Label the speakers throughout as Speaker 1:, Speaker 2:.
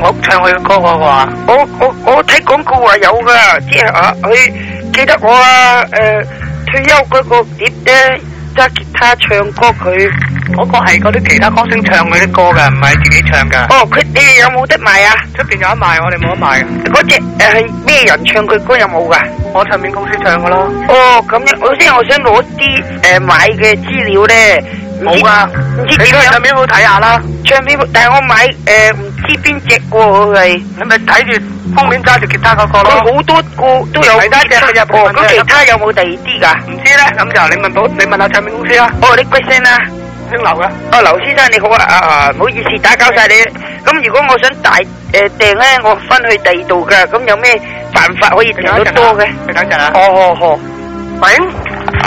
Speaker 1: 屋唱佢嘅歌嗰個啊？
Speaker 2: 我我我睇廣告話有噶，即係啊，佢記得我啊，誒、退休嗰個碟咧，揸吉他唱歌佢。
Speaker 1: 嗰個係嗰啲其他歌星唱佢啲歌㗎，唔係自己唱㗎。
Speaker 2: 哦，佢你哋有冇得賣啊？
Speaker 1: 出邊有得賣，我哋冇得賣嘅。
Speaker 2: 嗰只誒係咩人唱佢歌有冇噶？
Speaker 1: 我唱片公司唱㗎咯。
Speaker 2: 哦，咁樣，我先我想攞啲誒買嘅資料咧。唔知
Speaker 1: 冇㗎，
Speaker 2: 唔
Speaker 1: 你
Speaker 2: 知點
Speaker 1: 去唱
Speaker 2: 樣
Speaker 1: 片鋪睇下啦。
Speaker 2: 唱片，但係我買誒唔知邊只喎，佢係。
Speaker 1: 你咪睇住封面揸住吉他嗰個
Speaker 2: 佢
Speaker 1: 咯。
Speaker 2: 好多個都有
Speaker 1: 係得一隻係日本
Speaker 2: 哦，咁
Speaker 1: 嘅
Speaker 2: 其他有冇第二啲㗎？
Speaker 1: 唔知咧，咁就你問到你問下唱片公司啦，
Speaker 2: 哦，你 q 聲啦。
Speaker 1: 姓劉嘅。
Speaker 2: 哦，劉先生你好啊，啊啊，唔好意思打攪晒你。咁如果我想大誒訂咧，我分去第二度㗎，咁有咩辦法可以訂到多嘅？
Speaker 1: 你等陣啊。
Speaker 2: 哦哦哦，
Speaker 1: 喂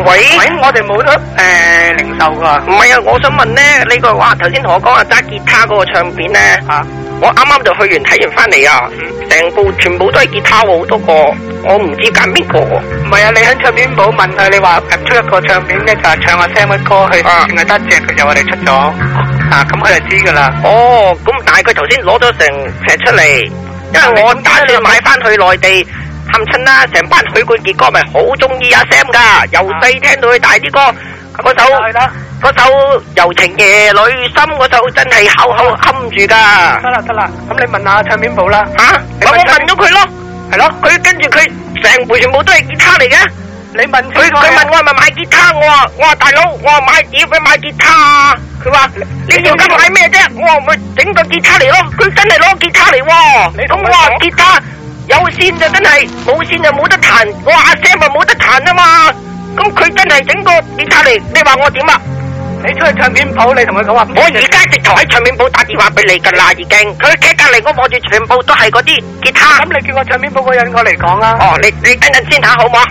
Speaker 2: 喂，呃
Speaker 1: 喂，我哋冇得誒零售㗎。
Speaker 2: 唔係啊，我想問咧，呢個哇頭先同我講話揸吉他嗰個唱片咧，
Speaker 1: 嚇，
Speaker 2: 我啱啱就去完睇完翻嚟啊，
Speaker 1: Ừ.
Speaker 2: 成部全部都係吉他喎，好多個，我唔知揀邊個喎。
Speaker 1: 唔係啊，你喺唱片部問佢，你話誒出一個唱片咧，就係唱阿 Sam 嘅歌，佢
Speaker 2: 啊
Speaker 1: 淨係得一隻，佢就我哋出咗。啊，咁佢就知㗎啦。
Speaker 2: 哦，咁但係佢頭先攞咗成成出嚟，因為我打
Speaker 1: 啊
Speaker 2: 算買翻去內地探親啦，成班許冠傑歌咪好中意阿 Sam 噶，由細聽到佢大啲歌，嗰首
Speaker 1: 啊係啦，
Speaker 2: 嗰首《柔情夜裏心》嗰首真係口
Speaker 1: 啊
Speaker 2: 口冚住噶，
Speaker 1: 得啦得啦，咁你問下唱片部啦。
Speaker 2: 吓、咁我問咗佢咯，
Speaker 1: 係咯，
Speaker 2: 佢跟住佢成盤全部都係吉他嚟嘅，
Speaker 1: 你問清
Speaker 2: 佢
Speaker 1: 楚
Speaker 2: 佢問
Speaker 1: 啊
Speaker 2: 我係咪買吉他，我話我話大佬，我話買碟咪買吉他啊，佢話你條筋買咩啫？我話咪整個吉他嚟咯，佢真係攞吉他嚟
Speaker 1: 你
Speaker 2: 喎，
Speaker 1: 同
Speaker 2: 咁
Speaker 1: 佢
Speaker 2: 我話
Speaker 1: 講
Speaker 2: 吉他有線就真係，冇線就冇得彈，我話阿 Sam 咪冇得彈啊嘛，咁佢真係整個吉他嚟，你話我點啊？
Speaker 1: 你出去唱片鋪，你同佢講話。
Speaker 2: 我而家直頭喺唱片鋪打電話俾你㗎啦，已經，佢企隔離我望住全部都係嗰啲吉他。
Speaker 1: 咁你叫個唱片部個人過嚟講啦。
Speaker 2: 哦，你你等陣先吓，好唔好啊？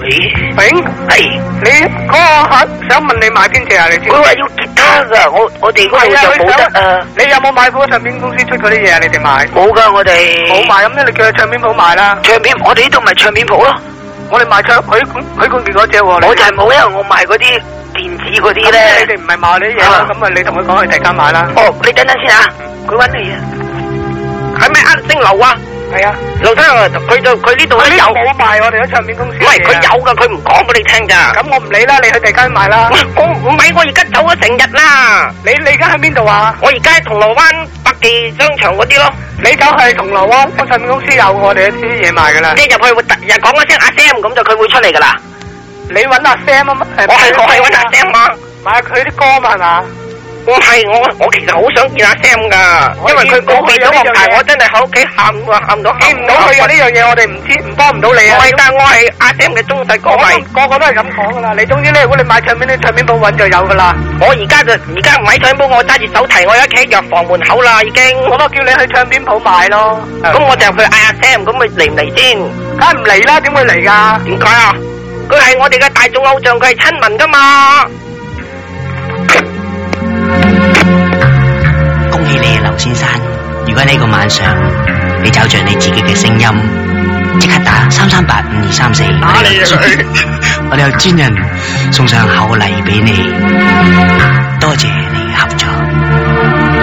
Speaker 2: 喂，
Speaker 1: 永，
Speaker 2: 係。
Speaker 1: 你嗰個客想問你買邊只啊？你知唔知
Speaker 2: 佢話要吉他噶，我我哋嗰度就冇得啊，
Speaker 1: 你有冇買過唱片公司出嗰啲嘢啊？你哋買？
Speaker 2: 冇噶我哋
Speaker 1: 冇買，咁你叫去唱片鋪買啦。
Speaker 2: 唱片，我哋呢度咪唱片鋪咯，
Speaker 1: 我哋買唱許冠許冠傑嗰只喎。你
Speaker 2: 我就係冇，因為我賣嗰啲電子嗰啲
Speaker 1: 咁你
Speaker 2: 咧。
Speaker 1: 哋唔係買呢啲嘢啦，咁啊你同佢講去第間買啦。
Speaker 2: 哦，你等等先啊，佢揾你啊，係咪呃姓劉啊？
Speaker 1: 係啊，
Speaker 2: 劉生啊，佢就佢呢度咧有，唔
Speaker 1: 冇賣我哋啲唱片公司。
Speaker 2: 係佢。有噶，佢唔講俾你聽咋。
Speaker 1: 咁我唔理啦，你去第間買啦。
Speaker 2: 我唔係我而家走咗成日啦，
Speaker 1: 你你而家喺邊度啊？
Speaker 2: 我而家喺銅鑼灣百記商場嗰啲咯。
Speaker 1: 你走去銅鑼灣，個唱片公司有我哋啲嘢賣㗎啦。
Speaker 2: 即係入去會突然講一聲阿 Sam 咁就佢會出嚟噶啦。
Speaker 1: 你揾阿 Sam 啊嘛？
Speaker 2: 我係我係揾阿 Sam 啊，
Speaker 1: 買佢啲歌嘛係嘛？
Speaker 2: 我係我我其實好想見阿 Sam 噶，因為佢告別咗樂壇，我真係喺屋企喊啊喊到喊
Speaker 1: 見唔到佢有呢樣嘢，我哋唔知唔幫唔到你啊
Speaker 2: 我。係但我係阿 Sam 嘅忠實歌
Speaker 1: 我
Speaker 2: 迷，
Speaker 1: 個個都係咁講噶啦，你總之咧，如果你買唱片，你唱片鋪揾就有噶啦。
Speaker 2: 我而家就而家唔喺唱鋪，我揸住手提，我而家企喺藥房門口啦已經。
Speaker 1: 我都叫你去唱片鋪買咯。
Speaker 2: 咁我就去嗌阿 Sam，咁佢嚟唔嚟先？
Speaker 1: 梗係唔嚟啦，點會嚟噶？
Speaker 2: 點解啊？佢係我哋嘅大眾偶像，佢係親民噶嘛。
Speaker 3: 恭喜你，劉先生！如果呢個晚上你找着你自己嘅聲音，即刻打三三八五二三四，
Speaker 2: 打你啊佢！
Speaker 3: 我哋有專人送上厚禮俾你，多謝你嘅合作。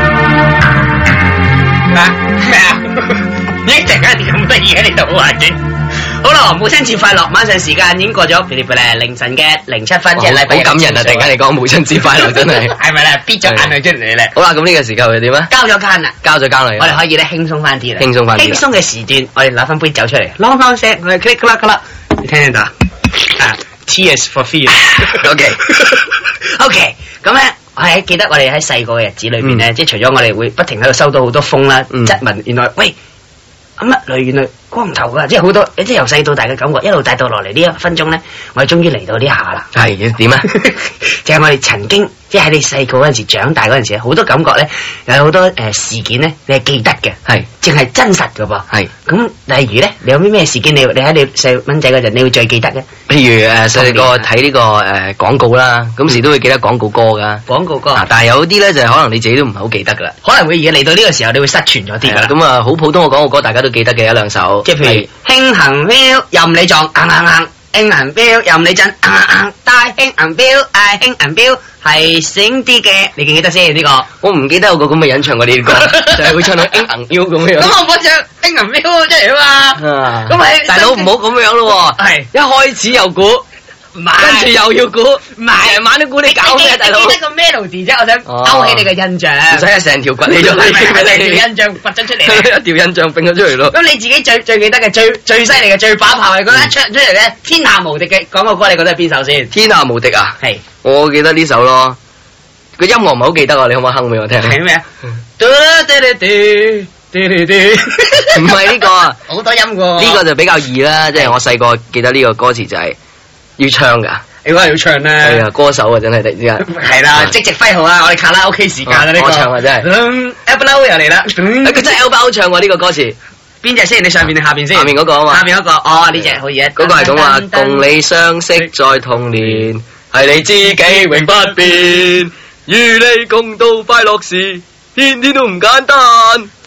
Speaker 3: 咩啊？ 你一陣間做乜嘢？你就好玩嘅。好啦，母親節快樂！晚上時間已經過咗，噼里啪啦凌晨嘅零七分
Speaker 4: 好好感人啊！突然 間你講母親節快樂，真係。
Speaker 3: 係咪啦？逼咗眼淚出嚟咧，
Speaker 4: 好啦，咁呢個時間又點啊？
Speaker 3: 交咗間啦。
Speaker 4: 交咗交嚟
Speaker 3: 我哋可以咧輕鬆翻啲啦，
Speaker 4: 輕鬆返啲啦
Speaker 3: 輕鬆嘅時段，我哋攞翻杯酒出嚟，啷啷聲，我哋 click click click，你聽唔聽到啊？Tears for fear，OK，OK，
Speaker 4: OK
Speaker 3: 咁咧。我係記得我哋喺細個嘅日子裏邊咧，
Speaker 4: 嗯
Speaker 3: 即係除咗我哋會不停喺度收到好多風啦，
Speaker 4: 嗯
Speaker 3: 質問原來喂阿乜雷原來光頭噶，即係好多即係由細到大嘅感覺，一路帶到落嚟呢一分鐘咧，我哋終於嚟到呢下啦。
Speaker 4: 係 點啊？
Speaker 3: 就係我哋曾經，即係喺你細個嗰陣時、長大嗰陣時咧，好多感覺咧，有好多誒、呃事件咧，你係記得嘅，
Speaker 4: 係
Speaker 3: 淨係真實嘅噃。
Speaker 4: 係，
Speaker 3: 咁例如咧，你有啲咩事件你你喺你細蚊仔嗰陣，你會最記得嘅
Speaker 4: 譬如誒細個睇呢個誒廣告啦，咁時都會記得廣告歌㗎。
Speaker 3: 廣告歌，
Speaker 4: 啊，但係有啲咧就係可能你自己都唔係好記得㗎啦。
Speaker 3: 可能會而家嚟到呢個時候，你會失傳咗啲
Speaker 4: 係
Speaker 3: 㗎
Speaker 4: 啦
Speaker 3: 啦。
Speaker 4: 咁啊，好普通嘅廣告歌，大家都記得嘅一兩首。
Speaker 3: 即係譬如輕行飄，任你撞，硬硬硬，英銀標任你震，啊啊大興銀標，大興銀標係醒啲嘅，你記唔記得先呢個？
Speaker 4: 我唔記得有個咁嘅人唱過呢啲歌，就係佢唱到英銀腰咁樣。
Speaker 3: 咁我冇唱英銀標出嚟啊嘛，
Speaker 4: 啊
Speaker 3: 咁咪
Speaker 4: 大佬唔好咁樣咯喎，
Speaker 3: 係
Speaker 4: 一開始又估，
Speaker 3: 唔
Speaker 4: 跟住
Speaker 3: 係？
Speaker 4: 又要估，
Speaker 3: 唔係
Speaker 4: 成晚都估你搞咩啊，大佬？
Speaker 3: 你記得個 melody 啫，我想勾起你嘅印象。
Speaker 4: 唔使啊，成條骨你咗
Speaker 3: 係咪係咪
Speaker 4: 你
Speaker 3: 條印象掘咗出嚟？
Speaker 4: 一條印象揈咗出嚟咯。
Speaker 3: 咁你自己最最記得嘅最最犀利嘅最把炮，你覺得一出出嚟咧天下無敵嘅廣告歌，你覺得係邊首先？
Speaker 4: 天下無敵啊！
Speaker 3: 係
Speaker 4: 我記得呢首咯，個音樂唔係好記得啊，你可唔可以哼俾我聽？
Speaker 3: 係咩啊？嘟嘟嘟嘟嘟嘟，
Speaker 4: 唔係呢個啊，
Speaker 3: 好多音喎。
Speaker 4: 呢個就比較易啦，即係我細個記得呢個歌詞就係要唱㗎，
Speaker 3: 你嗰日要唱
Speaker 4: 係
Speaker 3: 咧。
Speaker 4: 啊，歌手啊，真係突然之間。
Speaker 3: 係啦，即席揮毫啦，我哋卡拉 OK 時間啦呢個。
Speaker 4: 我唱啊真係
Speaker 3: 係。a p p l e 又嚟啦。
Speaker 4: 誒哎佢真係 L 包唱過呢個歌詞，
Speaker 3: 邊只先？你上邊定下邊先？
Speaker 4: 下面嗰個啊嘛
Speaker 3: 下。面嗰個，哦呢只好嘢。
Speaker 4: 嗰個係咁話，共你相識在童年，係你知己永不變，與你共度快樂時，天天都唔簡單。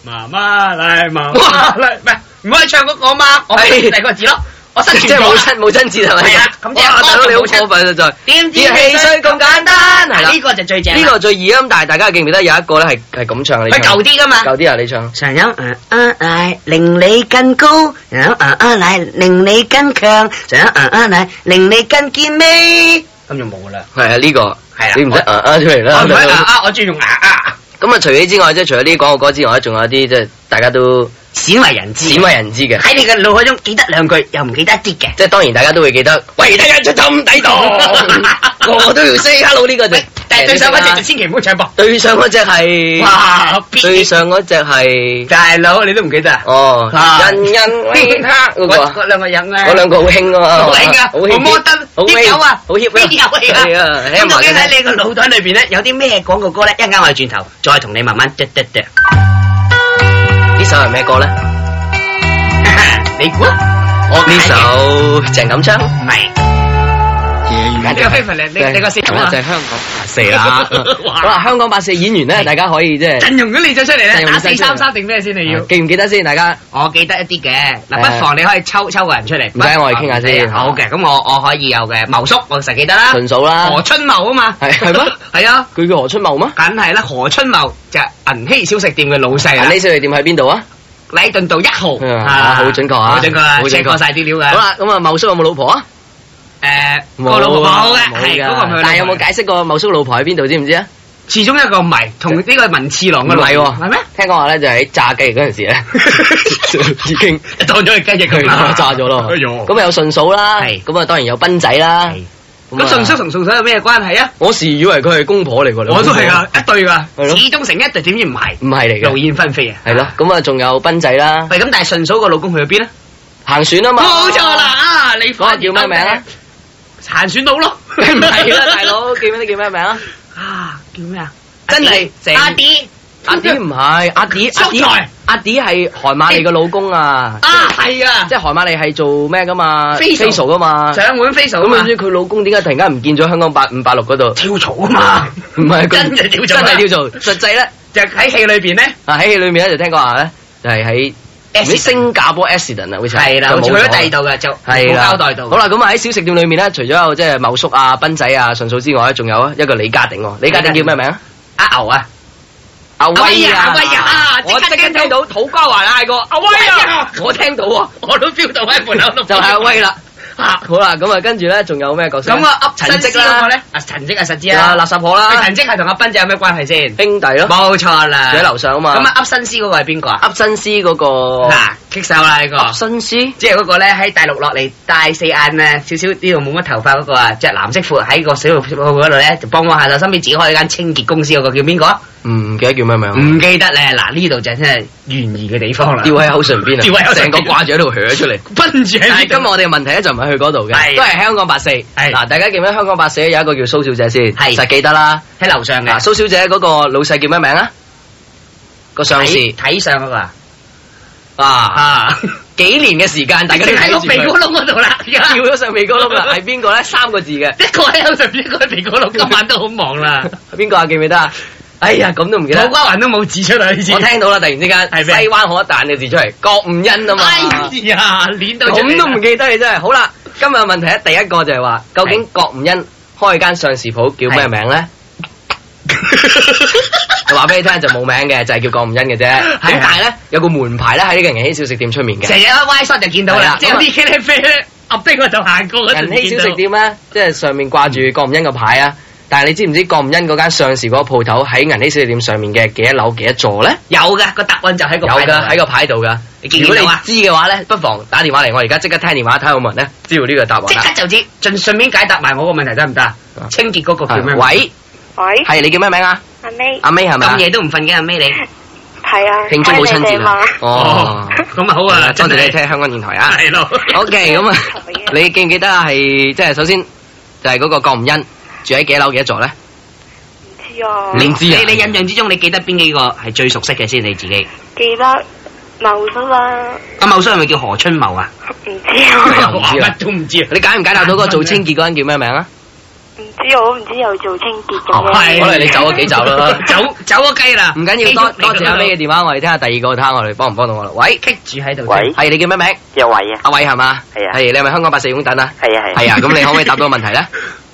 Speaker 3: 媽媽嚟，媽媽嚟，唔係唔可以唱嗰個嘛？我係第二個字咯，我失
Speaker 4: 即係母親母親節係咪？
Speaker 3: 係啊咁即係
Speaker 4: 哇大佬你好
Speaker 3: 母親
Speaker 4: 過分啊！真係
Speaker 3: 點知
Speaker 4: 啲氣勢咁簡單，係
Speaker 3: 嗱呢
Speaker 4: 啦。
Speaker 3: 個就最正啦，
Speaker 4: 呢個最易啊，咁但係大家記唔記得有一個咧係係咁唱嘅？你
Speaker 3: 佢
Speaker 4: 唱
Speaker 3: 舊啲噶嘛。
Speaker 4: 舊啲啊，你唱。
Speaker 3: 常有啊啊奶令你更高，常有啊啊奶令你更強，常有啊啊奶令你更健美。咁就冇啦。
Speaker 4: 係啊，呢個
Speaker 3: 係啊
Speaker 4: 你唔使
Speaker 3: 我
Speaker 4: 啊啊出嚟
Speaker 3: 我唔係啊
Speaker 4: 啦。
Speaker 3: 啊，我中意用啊啊，
Speaker 4: 咁啊，除此之外，即係除咗呢啲廣告歌之外咧，仲有啲即係大家都
Speaker 3: 鮮為人知。
Speaker 4: 鮮為人知嘅。
Speaker 3: 喺你嘅腦海中記得兩句，又唔記得一啲嘅。
Speaker 4: 即係當然大家都會記得，喂，睇下出咁抵 檔，個個都要 say hello 呢個就
Speaker 3: 喂，但係對手嗰只就千祈唔好唱噃。
Speaker 4: 對上嗰隻係，
Speaker 3: 哇！
Speaker 4: 對
Speaker 3: 必
Speaker 4: 上嗰隻係，
Speaker 3: 大佬你都唔記得啊？
Speaker 4: 哦，
Speaker 3: 啊
Speaker 4: 人人
Speaker 3: 必
Speaker 4: 為他嗰個
Speaker 3: 嗰
Speaker 4: 啊，
Speaker 3: 嗰兩個人咧，
Speaker 4: 嗰兩個好興啊嘛，
Speaker 3: 好興啊，
Speaker 4: 好
Speaker 3: 好
Speaker 4: 興
Speaker 3: 摩登，
Speaker 4: 好
Speaker 3: 啲
Speaker 4: hit，
Speaker 3: 友啊，
Speaker 4: 好 hip 啊
Speaker 3: 啲友嚟啊。
Speaker 4: 係啊
Speaker 3: 咁究竟
Speaker 4: Hammer 嘅
Speaker 3: 喺你個腦袋裏邊咧，有啲咩廣告歌咧？一陣間我哋轉頭再同你慢慢嘟嘟 嘟。
Speaker 4: 呢首係咩歌咧？
Speaker 3: 你估啊？我
Speaker 4: 呢首鄭錦昌，
Speaker 3: 唔係。你個 f a v o r 你你個先
Speaker 4: 係啦就係香港八四 啦。
Speaker 3: 哇
Speaker 4: 好啦，香港八四演員咧，大家可以即係
Speaker 3: 陣容都列咗出嚟
Speaker 4: 陣
Speaker 3: 咧，
Speaker 4: 容
Speaker 3: 打
Speaker 4: 列
Speaker 3: 四
Speaker 4: 晒出嚟
Speaker 3: 三三定咩先？
Speaker 4: À,
Speaker 3: 你要？
Speaker 4: 記唔記得先？大家
Speaker 3: 我記得一啲嘅，嗱，
Speaker 4: 誒
Speaker 3: 不妨你可以抽抽個人出嚟。
Speaker 4: 唔使我哋傾下先
Speaker 3: 好嘅，咁我我可以有嘅，茂叔我實記得啦，
Speaker 4: 純數啦，
Speaker 3: 何春茂啊嘛，
Speaker 4: 係 係咩？
Speaker 3: 係啊，
Speaker 4: 佢叫何春茂嗎？
Speaker 3: 梗係啦，何春茂就係銀禧小食店嘅老細啦
Speaker 4: 呢，小食店喺邊度啊？
Speaker 3: 禮頓道一號，
Speaker 4: 嗯啊好準確啊
Speaker 3: 好準確啊
Speaker 4: 好準確
Speaker 3: ，check 過晒資料
Speaker 4: 好
Speaker 3: 㗎。
Speaker 4: 啦，咁啊，茂叔有冇老婆啊？
Speaker 3: 誒，個老婆冇嘅，係嗰個唔係佢老婆
Speaker 4: 但係有冇解釋過茂叔老婆喺邊度？知唔知啊？
Speaker 3: 其中一個唔係同呢個文次郎
Speaker 4: 唔
Speaker 3: 嘅老
Speaker 4: 係
Speaker 3: 婆
Speaker 4: 喎，
Speaker 3: 係咩？？
Speaker 4: 聽講話咧就喺炸雞嗰陣時咧，已經
Speaker 3: 當咗佢雞翼
Speaker 4: 佢
Speaker 3: 佢 啦，
Speaker 4: 炸咗咯。
Speaker 3: 哎呦
Speaker 4: 咁啊有順嫂啦，
Speaker 3: 係
Speaker 4: 咁啊當然有斌仔啦。
Speaker 3: 係
Speaker 4: 啊
Speaker 3: 咁順叔，同順嫂有咩關係啊？
Speaker 4: 我時以為佢係公婆嚟㗎兩
Speaker 3: 我都
Speaker 4: 公婆
Speaker 3: 係啊，一對㗎，
Speaker 4: 係咯
Speaker 3: 始終成一對，點知唔係？
Speaker 4: 唔係嚟
Speaker 3: 勞
Speaker 4: 嘅，
Speaker 3: 燕分飛啊！
Speaker 4: 係咯。咁啊仲有斌仔啦，
Speaker 3: 喂，咁但係順嫂個老公去咗邊咧？
Speaker 4: 行船啊嘛，
Speaker 3: 冇錯啦，，啊，你
Speaker 4: 嗰個叫咩名啊？
Speaker 3: 殘選佬咯，
Speaker 4: 唔係啦，大佬記唔記得叫咩名啊？
Speaker 3: 啊，叫咩啊？
Speaker 4: 真係正
Speaker 3: 阿啲
Speaker 4: 阿迪唔係，阿迪阿迪
Speaker 3: 叔台
Speaker 4: 阿迪係韓馬利嘅老公啊，
Speaker 3: 啊，係啊
Speaker 4: 即，係韓馬利係做咩㗎嘛
Speaker 3: Facial
Speaker 4: 㗎嘛。
Speaker 3: 上門 face
Speaker 4: 咁
Speaker 3: 啊
Speaker 4: 你知佢老公點解突然間唔見咗香港八五八六嗰 度？
Speaker 3: 跳槽啊嘛，
Speaker 4: 唔係佢
Speaker 3: 真係跳槽
Speaker 4: 真
Speaker 3: 啊，
Speaker 4: 係跳槽。實際咧，
Speaker 3: 就喺戲裏邊咧，
Speaker 4: 啊喺戲裏面咧就聽講話咧，就係喺唔知新加坡 accident 啊，好似
Speaker 3: 係啦，
Speaker 4: 就冇
Speaker 3: 去咗第二度嘅就
Speaker 4: 係
Speaker 3: 冇
Speaker 4: 啦，
Speaker 3: 交代到。
Speaker 4: 好，啦，咁啊喺小食店裏面咧，除咗有即係茂叔啊、斌仔啊、順嫂之外咧，仲有一個李家鼎喎。李家鼎叫咩名啊？
Speaker 3: 阿牛啊，
Speaker 4: 阿 à,
Speaker 3: 阿威啊阿威啊
Speaker 4: 我即
Speaker 3: 即刻
Speaker 4: 刻
Speaker 3: 聽到
Speaker 4: 聽到土瓜灣嗌個阿威
Speaker 3: 威
Speaker 4: 啊
Speaker 3: 啊，
Speaker 4: 我聽到喎，
Speaker 3: 我都 feel 到喺門口度，
Speaker 4: 就係阿威啦。
Speaker 3: 啊。
Speaker 4: 好啦，咁啊跟住咧仲有咩角色
Speaker 3: 咁
Speaker 4: 呢？
Speaker 3: 啊，噏
Speaker 4: 陳
Speaker 3: 陳
Speaker 4: 積
Speaker 3: 積
Speaker 4: 啦
Speaker 3: 啦，咧，啊陳積啊實知
Speaker 4: 啊
Speaker 3: 啊，
Speaker 4: 垃圾婆啦
Speaker 3: 喂，陳積係同阿斌仔有咩關係先？
Speaker 4: 兄弟咯，
Speaker 3: 冇錯啦，
Speaker 4: 住喺樓上啊嘛。
Speaker 3: 咁啊，噏新詩嗰個係邊個啊？
Speaker 4: 噏新思嗰個
Speaker 3: 嗱，棘手啦呢個。
Speaker 4: 新思。
Speaker 3: 即係嗰個咧喺大陸落嚟戴四眼啊，少少呢度冇乜頭髮嗰個啊，着藍色褲喺個水浴鋪嗰度咧，就幫我下手，身邊自己開間清潔公司嗰個叫邊個？
Speaker 4: 唔記得叫咩名，
Speaker 3: 唔記得咧，嗱呢度就真係懸疑嘅地方啦。
Speaker 4: 吊喺口唇邊
Speaker 3: 吊喺
Speaker 4: 啊，
Speaker 3: 口唇
Speaker 4: 成
Speaker 3: 邊
Speaker 4: 個掛住喺度搲出嚟。
Speaker 3: 奔住
Speaker 4: 但
Speaker 3: 喺
Speaker 4: 係今日我哋嘅問題咧就唔係去嗰度嘅，
Speaker 3: 係
Speaker 4: 都係香港八四。嗱，大家記唔記得香港八四有一個叫蘇小姐先，
Speaker 3: 係
Speaker 4: 實記得啦。
Speaker 3: 喺樓上
Speaker 4: 嗱，
Speaker 3: 嘅
Speaker 4: 蘇小姐嗰個老細叫咩名啊？個上司
Speaker 3: 睇睇上嗰個啊
Speaker 4: 啊，
Speaker 3: 啊，
Speaker 4: 幾年嘅時間，大家都睇
Speaker 3: 喺 個
Speaker 4: 住
Speaker 3: 鼻哥
Speaker 4: 佢，
Speaker 3: 窿嗰度啦，而家
Speaker 4: 跳咗上鼻哥 窿啦。係邊個咧？三個字嘅，
Speaker 3: 一個喺口上邊，一個喺鼻哥窿，今晚都好忙啦，
Speaker 4: 邊個啊？記唔記得啊？哎呀，咁都唔記
Speaker 3: 土
Speaker 4: 得。
Speaker 3: 瓜灣都冇指出嚟，呢次
Speaker 4: 我聽到啦，突然之間，
Speaker 3: 係咩
Speaker 4: 西灣河一彈嘅字出嚟，郭吳欣啊嘛。
Speaker 3: 哎呀，攣到
Speaker 4: 咁都唔記得你真係。好啦，今日問題第一個就係話，究竟郭吳欣開間上市鋪叫咩名咧？ 我話俾你聽就冇名嘅，就係叫郭吳欣嘅啫。
Speaker 3: 啊
Speaker 4: 咁但係咧，有個門牌咧喺呢個人氣小食店出面嘅。
Speaker 3: 成日喺 Y 室就見到
Speaker 4: 係
Speaker 3: 啦
Speaker 4: 啦，
Speaker 3: 即係有啲茄喱啡咧，阿冰我就行過嗰
Speaker 4: 人
Speaker 3: 陣
Speaker 4: 氣
Speaker 3: 見
Speaker 4: 小食
Speaker 3: 到。
Speaker 4: 店咧，即係上面掛住郭吳欣個牌啊。但係你知唔知郭吳欣嗰間上市嗰個鋪頭喺銀禧小食店上面嘅幾多樓幾多座咧？
Speaker 3: 有嘅，個答案就喺個
Speaker 4: 有
Speaker 3: 牌
Speaker 4: 㗎，
Speaker 3: 度
Speaker 4: 喺個牌度㗎。
Speaker 3: 你見唔
Speaker 4: 如
Speaker 3: 見
Speaker 4: 果
Speaker 3: 到啊
Speaker 4: 你知嘅話咧，不妨打電話嚟，我而家即刻聽電話睇下有冇人啊咧知道呢個答案
Speaker 3: 即刻
Speaker 4: 啦。
Speaker 3: 就知，盡順便解答埋我個問題得唔得啊？清潔嗰個叫咩？
Speaker 4: 喂，
Speaker 5: 喂，
Speaker 4: 係你叫咩名啊？
Speaker 5: 阿 May，
Speaker 4: 阿 May 係咪啊
Speaker 3: 咁？夜都唔瞓嘅阿 May 你，
Speaker 5: 係啊，
Speaker 4: 慶祝母親節啊！哦，
Speaker 3: 咁啊好啊，
Speaker 4: 多謝你
Speaker 3: 聽，
Speaker 4: 聽香港電台啊！
Speaker 3: 係咯，
Speaker 4: OK，咁啊，你記唔記得啊？係即係首先就係嗰個郭吳欣住喺幾樓幾多座咧？
Speaker 5: 唔知啊，
Speaker 4: 你唔知啊
Speaker 3: 你你印象之中，你記得邊幾個係最熟悉嘅先？你自己，
Speaker 5: 記得漏咗啦，
Speaker 3: 阿茂叔係咪叫何春茂啊？
Speaker 5: 啊唔知啊，
Speaker 4: 我乜
Speaker 3: 都唔知啊！
Speaker 4: 你解唔解答到嗰個做清潔嗰個人叫咩名啊？
Speaker 5: 唔知我唔知又做清潔咁
Speaker 4: 哦係
Speaker 5: 樣，
Speaker 4: 可能你走咗幾集啦
Speaker 3: 走走咗雞啦，
Speaker 4: 唔緊要，多多謝阿 May 嘅電話，我哋聽下第二個，睇下我哋幫唔幫到我啦。喂，
Speaker 3: 棘住喺度。
Speaker 1: 喂
Speaker 4: 係你叫咩名？
Speaker 1: 有位啊，
Speaker 4: 阿偉係嘛？
Speaker 1: 係啊
Speaker 4: 係你係咪香港八四公等啊？
Speaker 1: 係啊係啊
Speaker 4: 係啊，咁你可唔可以答到個問題咧？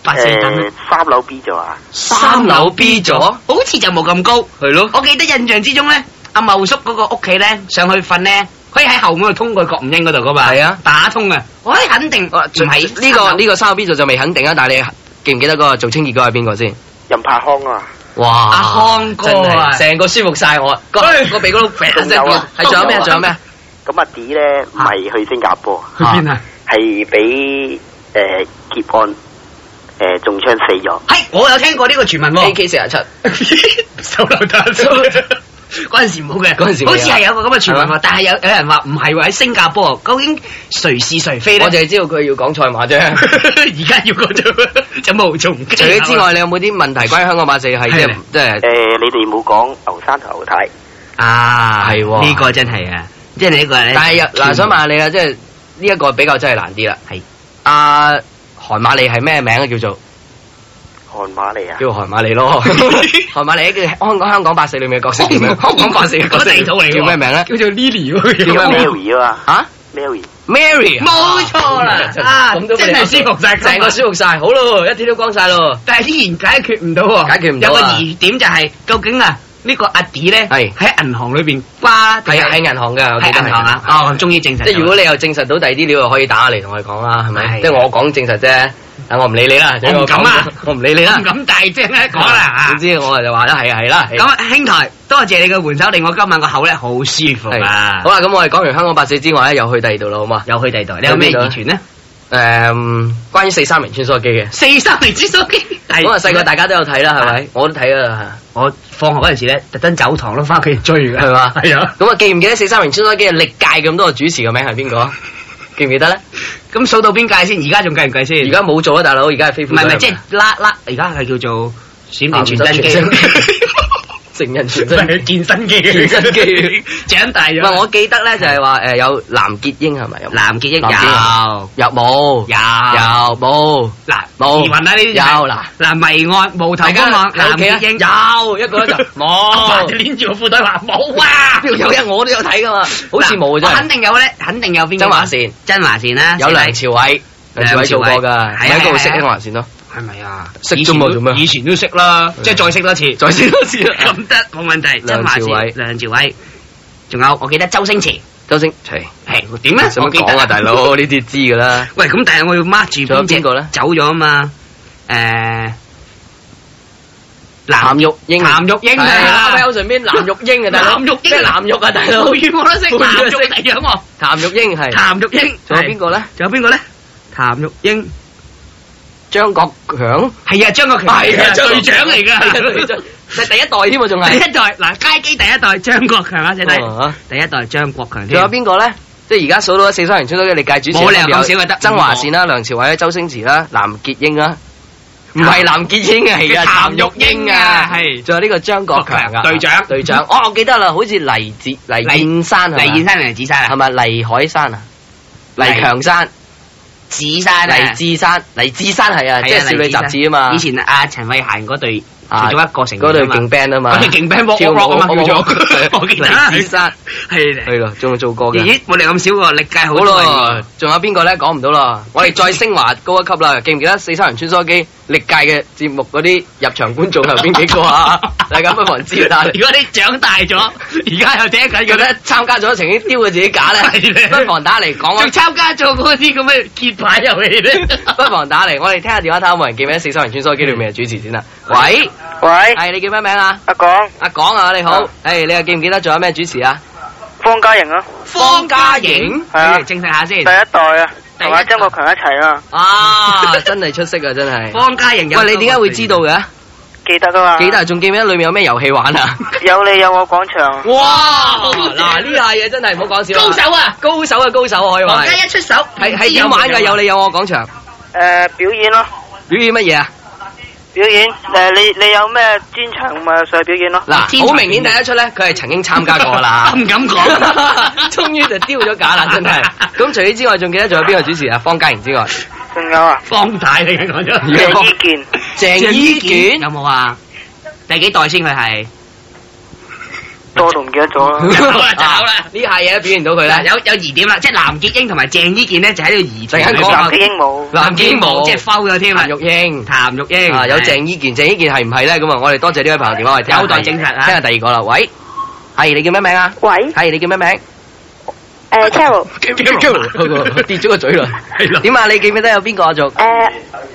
Speaker 3: 八四等
Speaker 1: 誒三樓 B 座啊，
Speaker 4: 三樓 B 座，
Speaker 3: 好似就冇咁高。
Speaker 4: 係咯。
Speaker 3: 我記得印象之中咧，阿茂叔嗰個屋企咧，上去瞓咧，可以喺後門度通過郭吳英嗰度噶嘛？
Speaker 4: 係啊，
Speaker 3: 打通啊！我可以肯定唔係
Speaker 4: 呢個呢個三樓 B 座就未肯定啊，但係你記唔記得嗰個做清潔嗰個係邊個先？
Speaker 1: 任柏康啊，
Speaker 4: 哇！
Speaker 3: 阿康哥啊
Speaker 4: 真係成個舒服晒我，個個鼻哥窿啡聲
Speaker 1: 仲有
Speaker 4: 嘅
Speaker 1: 啊。
Speaker 4: 係仲有咩？仲有咩？
Speaker 1: 咁阿 D 咧唔係去新加坡，
Speaker 3: 去邊啊？
Speaker 1: 係俾誒劫案誒中槍死咗，
Speaker 3: 係我有聽過呢個傳聞
Speaker 4: A
Speaker 3: 喎。
Speaker 4: K 四廿七，
Speaker 3: 手榴彈 嗰陣時冇嘅，
Speaker 4: 嗰陣時冇嘅
Speaker 3: 好似係有個咁嘅傳聞
Speaker 4: 係
Speaker 3: 喎
Speaker 4: 嘛，
Speaker 3: 但係有有人話唔係喎，喺新加坡，究竟誰是誰非咧？
Speaker 4: 我淨係知道佢要講賽 馬啫。
Speaker 3: 而家要嗰種就無從
Speaker 4: 除咗之外，你有冇啲問題關於香港八四係即係
Speaker 3: 係
Speaker 4: 即係
Speaker 1: 誒你哋冇講牛山同牛太，
Speaker 3: 啊，
Speaker 4: 係喎
Speaker 3: 呢個真係啊，即係你呢個咧，
Speaker 4: 但係又嗱，想問下你啦，即係呢一個比較真係難啲啦。
Speaker 3: 係
Speaker 4: 阿韓馬利係咩名啊？叫做
Speaker 1: 韓馬嚟啊，
Speaker 4: 叫韓馬利咯。韓馬利叫香港香港八四裏面嘅角色 叫咩？
Speaker 3: 香港八四嘅角色
Speaker 4: 嗰地圖嚟㗎叫咩名咧？
Speaker 3: 叫做 Lily 嗰
Speaker 4: 叫咩名
Speaker 1: Mary 啊嘛
Speaker 4: 啊
Speaker 1: ，Mary，
Speaker 4: ，Mary 啊。
Speaker 3: 冇 錯
Speaker 4: Dạ,
Speaker 3: 啦，啊，
Speaker 4: 咁都俾
Speaker 3: 真
Speaker 4: 你
Speaker 3: 係舒服晒，
Speaker 4: 成個舒服晒，好咯，一天都光晒咯。
Speaker 3: 但係依然解決唔到喎，
Speaker 4: 解決唔到
Speaker 3: 有
Speaker 4: 啊
Speaker 3: 個疑點就係究竟啊，呢個阿 D 咧
Speaker 4: 係
Speaker 3: 喺銀行裏邊瓜定
Speaker 4: 係啊，喺銀行㗎，我記
Speaker 3: 喺
Speaker 4: 得
Speaker 3: 銀行啊？
Speaker 4: 係
Speaker 3: 哦，終於證實咗啦。
Speaker 4: 即係如果你又證實到第二啲料，就可以打嚟同我哋講啦，係
Speaker 3: 係
Speaker 4: 咪？即係我講證實啫，但我唔理你啦。
Speaker 3: 我唔敢 啊
Speaker 4: 我唔理你啦
Speaker 3: 唔。敢大聲咧講啦
Speaker 4: 總之我就話啦，係啊係啦。
Speaker 3: 嚇
Speaker 4: 係
Speaker 3: 咁兄台，多謝你嘅援手，令我今晚個口咧好舒服
Speaker 4: 係
Speaker 3: 啊！
Speaker 4: 好，啦，咁我哋講完香港八四之外咧，又去第二度啦，好嘛？
Speaker 3: 又去第二度，你有咩疑團咧？
Speaker 4: 誒，關於四三零穿梭機嘅，
Speaker 3: 四三零支手機，
Speaker 4: 咁啊細個大
Speaker 3: 家
Speaker 4: 家都有睇啦，係咪？我都睇啦，
Speaker 3: 我放學嗰陣時咧，特登走堂都翻屋企追㗎，
Speaker 4: 係嘛？
Speaker 3: 係啊。
Speaker 4: 咁啊，記唔記得四三零穿梭機歷屆咁多個主持嘅名係邊個？記唔記得咧？
Speaker 3: 咁數到邊界先？而家仲計唔計先？
Speaker 4: 而家冇做啊，大佬，而家係飛
Speaker 3: 唔
Speaker 4: 虎隊。
Speaker 3: 係唔係，即係拉拉，而家係叫做閃電全身
Speaker 4: 全身
Speaker 3: 機，
Speaker 4: 成人全真機。
Speaker 3: 健身機，
Speaker 4: 健身機，
Speaker 3: 長大
Speaker 4: 唔
Speaker 3: 咗。
Speaker 4: 係，我記得咧就係話誒有藍潔瑛係咪？有
Speaker 3: 藍潔瑛
Speaker 4: 藍潔瑛
Speaker 3: 有
Speaker 4: 有冇？
Speaker 3: 有
Speaker 4: 有冇？
Speaker 3: 嗱
Speaker 4: 冇
Speaker 3: 疑雲啦呢啲
Speaker 4: 有嗱
Speaker 3: 嗱迷案無頭
Speaker 4: 大
Speaker 3: 公
Speaker 4: 家
Speaker 3: 案
Speaker 4: 喺
Speaker 3: 藍
Speaker 4: 屋企
Speaker 3: 潔
Speaker 4: 啊
Speaker 3: 瑛
Speaker 4: 有一個咧就
Speaker 3: 阿爸就
Speaker 4: 冇。
Speaker 3: 捏住個褲袋話冇啊，
Speaker 4: 邊度有一我都有睇噶嘛，好似冇嘅
Speaker 3: 嗱我肯
Speaker 4: 啫。
Speaker 3: 定有咧，肯定有邊個？
Speaker 4: 曾華善，
Speaker 3: 曾華善啦，
Speaker 4: 有梁朝偉，梁朝偉做過噶，
Speaker 3: 梁朝偉係啊
Speaker 4: 喺嗰度識
Speaker 3: 係啊
Speaker 4: 曾華善咯。
Speaker 3: 係咪啊？
Speaker 4: 識
Speaker 3: 以前
Speaker 4: 中國
Speaker 3: 都
Speaker 4: 做咩
Speaker 3: 以前都識啦，即係再識多次，
Speaker 4: 再先多次 啦。
Speaker 3: 咁得冇問題。曾
Speaker 4: 梁
Speaker 3: 華
Speaker 4: 朝
Speaker 3: 善、
Speaker 4: 偉
Speaker 3: 梁朝偉，仲有我記得周星馳，
Speaker 4: 周星馳，
Speaker 3: 係點咧？
Speaker 4: 使
Speaker 3: 我
Speaker 4: 乜
Speaker 3: 記得
Speaker 4: 講啊，大佬？呢啲知噶啦。
Speaker 3: 喂，咁但係我要 mark 住
Speaker 4: 仲有
Speaker 3: 隻
Speaker 4: 邊個咧
Speaker 3: 走咗啊嘛？誒，
Speaker 4: 譚玉英，
Speaker 3: 譚玉英
Speaker 4: 係
Speaker 3: 啊，
Speaker 4: 啦，順便藍玉英啊，大佬。
Speaker 3: 藍玉英
Speaker 4: 咩藍玉啊，大佬。
Speaker 3: 老遠我都識
Speaker 4: 老遠
Speaker 3: 譚
Speaker 4: 都識
Speaker 3: 玉嚟樣喎，
Speaker 4: 譚玉英係。
Speaker 3: 譚玉英。
Speaker 4: 仲有邊個咧？
Speaker 3: 仲有邊個咧？譚玉英
Speaker 4: 張國強。
Speaker 3: 係啊，張國強
Speaker 4: 係啊張國
Speaker 3: 隊長嚟
Speaker 4: 係啊隊長
Speaker 3: 㗎。
Speaker 4: 係第一代添啊，仲
Speaker 3: 第
Speaker 4: 係。
Speaker 3: 一代嗱，街機第一代張國強啊，寫低
Speaker 4: 啊
Speaker 3: 第一代張國強
Speaker 4: 仲有
Speaker 3: 添。
Speaker 4: 邊個咧？即係而家數到四三零出到嘅歷屆主持，
Speaker 3: 冇理由咁少嘅得
Speaker 4: 曾華善啦、梁朝偉啦、周星馳啦、藍潔瑛啦，唔
Speaker 3: 譚
Speaker 4: 係藍潔瑛啊，係啊，
Speaker 3: 譚玉英啊係
Speaker 4: 仲有呢個張國強啊，
Speaker 3: 隊長
Speaker 4: 隊長，哦，我記得啦，好似黎哲、黎燕山係嘛
Speaker 3: 黎燕山定係子山
Speaker 4: 係
Speaker 3: 啊？
Speaker 4: 咪黎海山啊？
Speaker 3: 黎
Speaker 4: 黎強山、
Speaker 3: 子山啊
Speaker 4: 黎。志山、黎志山係啊，
Speaker 3: 係啊
Speaker 4: 即係少女雜誌啊嘛
Speaker 3: 以，前阿陳慧嫻嗰隊
Speaker 4: 啊
Speaker 3: 其中一個成員
Speaker 4: 嗰隊
Speaker 3: 啊嘛
Speaker 4: 勁 band 啊嘛，
Speaker 3: 嗰隊勁 band，walk-
Speaker 4: 跳舞
Speaker 3: walk- walk 啊嘛叫做
Speaker 4: 係
Speaker 3: 我記 得
Speaker 4: 黎子山
Speaker 3: 係
Speaker 4: 係咯，仲有做過嘅。
Speaker 3: 咦，我哋咁少喎，歷屆好
Speaker 4: 好
Speaker 3: 多
Speaker 4: 咯
Speaker 3: 人，
Speaker 4: 仲有邊個咧？講唔到啦，我哋再升華高一級啦。記唔記得四三人穿梭機歷屆嘅節目嗰啲入場觀眾係邊幾個啊？ 大家不妨知 道啦。
Speaker 3: 如果你長大咗，而家又聽緊
Speaker 4: 覺
Speaker 3: 嘅
Speaker 4: 得
Speaker 3: 咧，
Speaker 4: 參加咗曾經丟過自己假咧
Speaker 3: 係，
Speaker 4: 不妨打嚟講
Speaker 3: 仲
Speaker 4: 我，
Speaker 3: 參加咗嗰啲咁嘅揭牌遊戲咧，
Speaker 4: 不妨打嚟，我哋聽下電話睇下有冇人記唔記得四三人穿梭機裏面嘅主持先啦。 喂，
Speaker 6: 喂，
Speaker 4: 係你叫咩名啊？
Speaker 6: 阿講
Speaker 4: 阿廣啊，你好
Speaker 6: 啊，
Speaker 4: 誒，你又記唔記得仲有咩主持啊？
Speaker 6: 方家瑩啊，
Speaker 3: 方家影，
Speaker 6: 係啊
Speaker 3: 不如證實下
Speaker 6: 第一
Speaker 3: 先。
Speaker 6: 代啊，
Speaker 1: à?
Speaker 3: 第一代
Speaker 6: 同埋張國強一齊啊，
Speaker 4: 啊， 真係出色啊， 真係。
Speaker 3: 方家影有，
Speaker 4: 喂，你點解會知道嘅？
Speaker 6: 記得噶嘛？
Speaker 4: 記得仲記唔記得裏面有咩遊戲玩啊？
Speaker 6: 有你有我廣場，
Speaker 4: 哇！ 嗱呢下嘢真係唔好講笑啦。
Speaker 3: 高手啊！
Speaker 4: 高手啊，高手啊可以話
Speaker 3: 王
Speaker 4: 係
Speaker 3: 家一出手，。
Speaker 4: 係係點玩㗎？有你有我廣場
Speaker 6: 誒表演咯，
Speaker 4: 表演乜嘢啊？
Speaker 6: 表演誒你你有咩專長咪上去表演咯。
Speaker 4: 嗱，好明顯睇得出咧，佢係曾經參加 過啦
Speaker 3: 唔敢講
Speaker 4: 終於就丟咗假啦， 真係。咁除此之外，仲記得仲有邊個主持啊？方家瑩之外，
Speaker 6: 仲有啊，
Speaker 3: 方太你講咗，
Speaker 6: 鄭伊健
Speaker 4: 鄭伊健
Speaker 3: 有冇啊？第幾代先佢係？
Speaker 6: 多到唔記得咗啦。
Speaker 3: 有啦有啦
Speaker 4: 啊呢下嘢都表現到佢
Speaker 3: 嗱，
Speaker 4: 啦。
Speaker 3: 有有疑點啦，即係藍潔瑛同埋鄭伊健咧，就喺度疑住。
Speaker 4: 陣間講
Speaker 6: 藍潔瑛冇，
Speaker 3: 藍潔瑛冇，即係 foul 咗添啊！
Speaker 4: 譚玉英。
Speaker 3: 譚玉英
Speaker 4: 啊，有鄭伊健，鄭伊健係唔係咧？咁啊，我哋多謝呢位朋友電話，我哋聽下
Speaker 3: 有待
Speaker 4: 第二
Speaker 3: 證實啊
Speaker 4: 聽下第二個啦，喂，係你叫咩名啊？
Speaker 5: 喂，
Speaker 4: 係你 叫咩名？
Speaker 5: 誒 Carol，
Speaker 4: 跌咗個嘴啦。
Speaker 3: 係啦
Speaker 4: 點啊？你記唔記得有邊個啊？仲
Speaker 5: 誒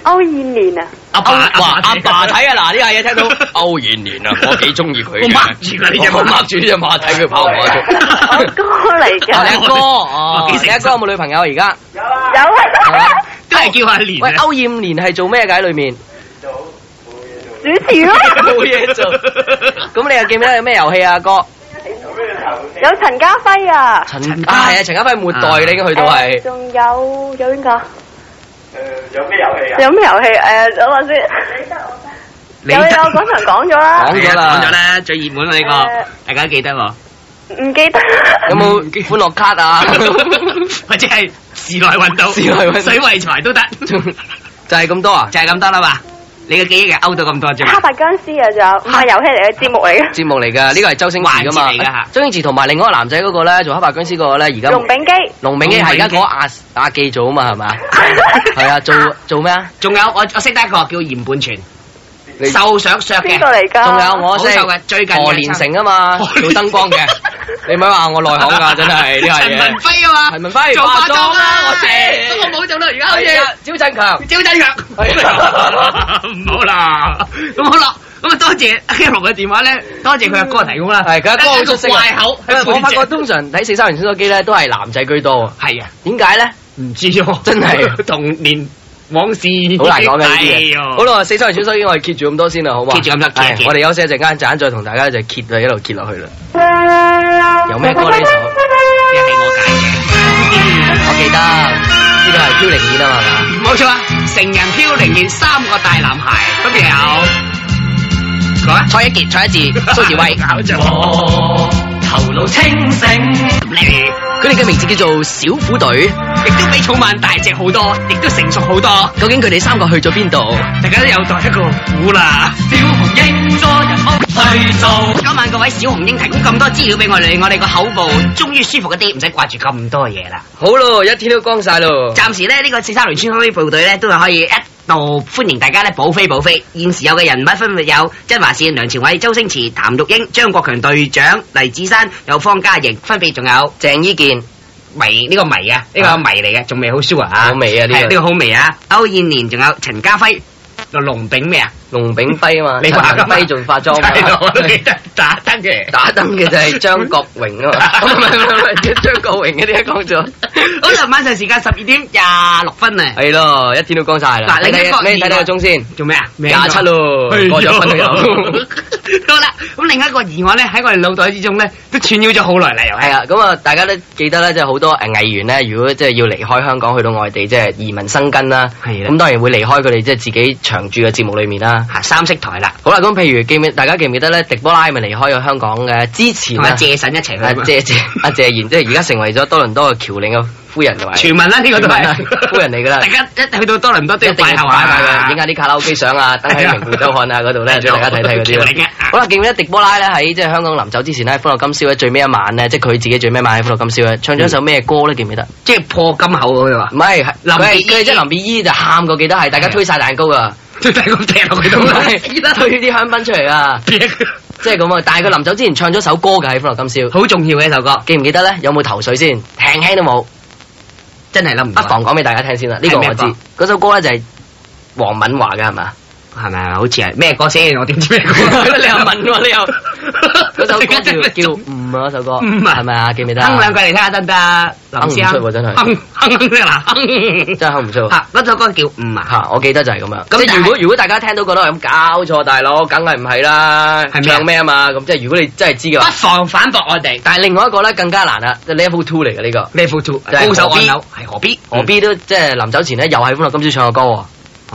Speaker 5: 歐燕蓮啊，
Speaker 3: 阿爸。
Speaker 4: 哇阿爸睇啊！嗱呢下嘢聽到歐燕蓮啊，我幾中意佢嘅
Speaker 3: 我掹住佢呢隻馬
Speaker 4: 我掹住呢隻馬睇佢跑唔跑得出
Speaker 5: 我 哥嚟
Speaker 4: 啊你
Speaker 5: 㗎，
Speaker 4: 阿哥哦
Speaker 3: 我，幾成熟
Speaker 4: 你阿哥有冇女朋友啊而家？
Speaker 5: 有
Speaker 4: Ờ.
Speaker 5: 啊，
Speaker 3: 都係叫阿蓮
Speaker 4: 喂，
Speaker 3: 啊。
Speaker 4: 歐燕蓮係做咩嘅喺裏面？
Speaker 5: 主持咯，
Speaker 4: 冇嘢做。咁你又記唔記得有咩遊戲啊？阿哥，
Speaker 5: 有陳家輝啊，
Speaker 4: 陳啊係啊，陳家輝末代你已經去到
Speaker 5: 誒
Speaker 4: 係。
Speaker 5: 仲有有邊個？誒有咩遊戲啊？有咩遊戲？誒我話先，
Speaker 3: 你
Speaker 5: 有有我嗰場講咗啦
Speaker 4: 講，咗啦
Speaker 3: 講咗啦，最熱門啦呢
Speaker 5: 誒
Speaker 3: 個，大家記得喎。
Speaker 5: 唔記得。
Speaker 4: 有冇歡樂卡 啊？
Speaker 3: 或者係時來運動、
Speaker 4: 時來運動
Speaker 3: 水為財都得，就
Speaker 4: 就係咁多啊？
Speaker 3: 係咁多啦嘛。你嘅記憶係勾到咁多啫
Speaker 5: 哈
Speaker 3: 嘛。
Speaker 5: 達僵屍啊，仲有唔係遊戲嚟嘅節目嚟嘅，
Speaker 4: 節目嚟㗎，呢個係周星馳㗎嘛
Speaker 3: 環節嚟㗎嚇？
Speaker 4: 周星馳同埋另外一個男仔嗰個咧，做黑白僵屍嗰個咧，而家
Speaker 5: 龍炳基。
Speaker 4: 龍明基係而家嗰個阿阿記做啊嘛，係嘛？係啊，做做咩啊？
Speaker 3: 仲有我我識得一個叫鹽半泉，
Speaker 4: 你
Speaker 3: 瘦削削嘅
Speaker 5: 邊，個嚟㗎？
Speaker 4: 仲有我識
Speaker 3: 啊好瘦嘅最近嘅
Speaker 4: 何連成啊嘛，
Speaker 3: 何
Speaker 4: 做
Speaker 3: 連成
Speaker 4: 燈光嘅，你咪話我內 行㗎，真係呢下
Speaker 3: 陳文
Speaker 4: 嘢。
Speaker 3: 輝啊嘛，
Speaker 4: 陳文輝
Speaker 3: 做化
Speaker 4: 化
Speaker 3: 妝
Speaker 4: 妝
Speaker 3: 啦
Speaker 4: 啦，
Speaker 3: 我
Speaker 4: 我
Speaker 3: 知，
Speaker 4: 知
Speaker 3: 不過冇做到而家好
Speaker 4: 係啊
Speaker 3: 似，
Speaker 4: 招振強，
Speaker 3: 招真藥，
Speaker 4: 係啊
Speaker 3: 唔好啦，咁好啦。咁啊，多謝阿 K 龍嘅電話咧，多謝佢阿哥提供啦。
Speaker 4: 係佢阿哥好出色
Speaker 3: 一個
Speaker 4: 啊
Speaker 3: 怪口喺
Speaker 4: 我發覺
Speaker 3: 都
Speaker 4: 通常睇四三人穿梭機咧，都係男仔居多啊。
Speaker 3: 係啊，
Speaker 4: 點 解咧？
Speaker 3: 唔知喎，
Speaker 4: 真係
Speaker 3: 童年往事
Speaker 4: 好難講嘅呢啲
Speaker 3: 哎
Speaker 4: 嘢。
Speaker 3: 呦
Speaker 4: 好啦，四三人穿梭機我哋揭住咁多先啦，好嘛？
Speaker 3: 揭住咁多揭
Speaker 4: 係
Speaker 3: 揭
Speaker 4: 我哋休息一陣間，陣間再同大家就揭啦，一路揭落去啦。有咩歌呢首？
Speaker 3: 又係我解
Speaker 4: 我記得呢個係飄零燕啊嘛，係嘛？
Speaker 3: 嘅，冇錯啊！成人飄零件三個大男孩，分別有講啊，
Speaker 4: 蔡一傑、蔡一智、蘇志威，
Speaker 3: 搞錯，
Speaker 4: 頭腦清醒。佢哋嘅名字叫做小虎隊，
Speaker 3: 亦都比草蜢大隻好多，亦都成熟好多，
Speaker 4: 究竟佢哋三個去咗邊度？
Speaker 3: 大家都有待一個估啦。小紅英多人屋去做，今晚各位小紅英提供咁多資料俾我哋，我哋個口部終於舒服一啲，唔使掛住咁多嘢啦。
Speaker 4: 好咯，一天都光晒咯。
Speaker 3: 暫時咧，呢、個四三聯村飛部隊咧都係可以一路歡迎大家咧補飛補飛。現時有嘅人物分別有曾華倩、梁朝偉、周星馳、譚玉英、張國強隊長、黎子珊，有方家瑩，分別仲有
Speaker 4: 鄭伊健，
Speaker 3: 迷呢、個迷啊，呢、個
Speaker 4: 啊
Speaker 3: 迷嚟嘅，仲未好 sure 啊，
Speaker 4: 好味啊呢個
Speaker 3: 係呢個好味啊，歐燕蓮仲有陳家輝，龍炳咩啊？
Speaker 4: 龍炳輝啊嘛，
Speaker 3: 你話
Speaker 4: 陳文輝仲化妝
Speaker 3: 係咯我記
Speaker 4: 嘛。
Speaker 3: 得打得嘅。
Speaker 4: 打燈嘅就 係張國榮
Speaker 3: Ờ.
Speaker 4: 啊嘛， 唔係唔係唔係，張國榮嗰啲啊都講咗，
Speaker 3: 好啦，晚上時間十二點廿六分啊，
Speaker 4: 係咯，一天都光晒啦。
Speaker 3: 嗱
Speaker 4: 你
Speaker 3: 另一個
Speaker 4: 睇你睇睇個鐘先，
Speaker 3: 做咩啊？
Speaker 4: 廿七咯，過咗分都 有。
Speaker 3: 好啦，咁另一個疑案咧喺我哋腦袋之中咧都串擾咗好耐啦，又
Speaker 4: 係
Speaker 3: 係
Speaker 4: 啊，咁啊，大家都記得咧，即係好多誒藝員咧，如果即係要離開香港去到外地，即係移民生根啦。
Speaker 3: 係啦
Speaker 4: 咁當然會離開佢哋即係自己長住嘅節目裏面啦。嘛。
Speaker 3: 嚇三色台啦，
Speaker 4: 好啦，咁譬如記唔記大家記唔記得咧？迪波拉咪離開咗香港嘅之前
Speaker 3: 同阿
Speaker 4: 啊，
Speaker 3: 謝神一齊去
Speaker 4: 阿
Speaker 3: 啊嘛。
Speaker 4: 謝謝阿謝賢，即係而家成為咗多倫多嘅僑領嘅夫人同埋
Speaker 3: 傳聞啦，呢個都
Speaker 4: 傳聞啦
Speaker 3: 係
Speaker 4: 夫人嚟㗎啦
Speaker 3: 大家一去到多倫多都
Speaker 4: 一
Speaker 3: 要
Speaker 4: 定
Speaker 3: 拜
Speaker 4: 要
Speaker 3: 後
Speaker 4: 擺
Speaker 3: 下
Speaker 4: 埋嘅，影下啲卡拉 OK 相啊，等喺明報周刊啊嗰度咧，俾大家睇睇嗰啲啦。好啦，記唔記得迪波拉咧喺即係香港臨走之前咧，《歡樂今宵》咧最尾一晚咧，即係佢自己最尾一晚喺《歡樂今宵》咧，唱咗一首咩歌咧？記唔記得？
Speaker 3: 即係破金口嗰個
Speaker 4: 唔係，係
Speaker 3: 林
Speaker 4: 佢係
Speaker 3: 別依
Speaker 4: 佢係即係林別依就喊過，記得係大家推晒蛋糕噶，
Speaker 3: 最大咁掟落去度
Speaker 4: 唔
Speaker 3: 啦，
Speaker 4: 係推啲香檳出嚟啊，即係咁啊！但係佢臨走之前唱咗首歌㗎喺《歡樂今宵》，
Speaker 3: 好重要嘅一首歌，
Speaker 4: 記唔記得咧？有冇頭緒先？輕輕都冇，
Speaker 3: 真係諗唔
Speaker 4: 不
Speaker 3: 到，
Speaker 4: 妨講俾大家聽先啦。呢個
Speaker 3: 係咩
Speaker 4: 我知，嗰首歌咧就係黃敏華嘅係嘛？
Speaker 3: 係咪啊？好似係咩歌先？我點知咩歌？
Speaker 4: 你又問喎，你又嗰
Speaker 3: 突
Speaker 4: 首
Speaker 3: 然間真
Speaker 4: 歌
Speaker 3: 係
Speaker 4: 叫叫唔啊，嗰首歌
Speaker 3: 唔啊
Speaker 4: 係咪啊？記唔記得啊？
Speaker 3: 哼兩句嚟聽下得唔得啊？林師
Speaker 4: 哼唔出喎真係
Speaker 3: 哼哼哼聲嗱，哼
Speaker 4: 真係哼唔出喎
Speaker 3: 嚇嗰首歌叫唔啊，
Speaker 4: 嚇，我記得就係咁樣。
Speaker 3: 咁但
Speaker 4: 即係
Speaker 3: 係
Speaker 4: 如果如果大家聽到覺得咁搞錯，大佬梗係唔係啦？
Speaker 3: 係咩啊
Speaker 4: 唱咩啊嘛？咁即係如果你真係知嘅
Speaker 3: 不
Speaker 4: 話，
Speaker 3: 妨反駁我哋
Speaker 4: 但係另外一個咧更加難啦，就 level two 嚟嘅呢個。
Speaker 3: 咩副組
Speaker 4: 係
Speaker 3: 高手
Speaker 4: 何
Speaker 3: 按
Speaker 4: 必
Speaker 3: 鈕係何必？
Speaker 4: 我 B 都即係臨走前咧，又係歡樂今宵唱嘅歌喎。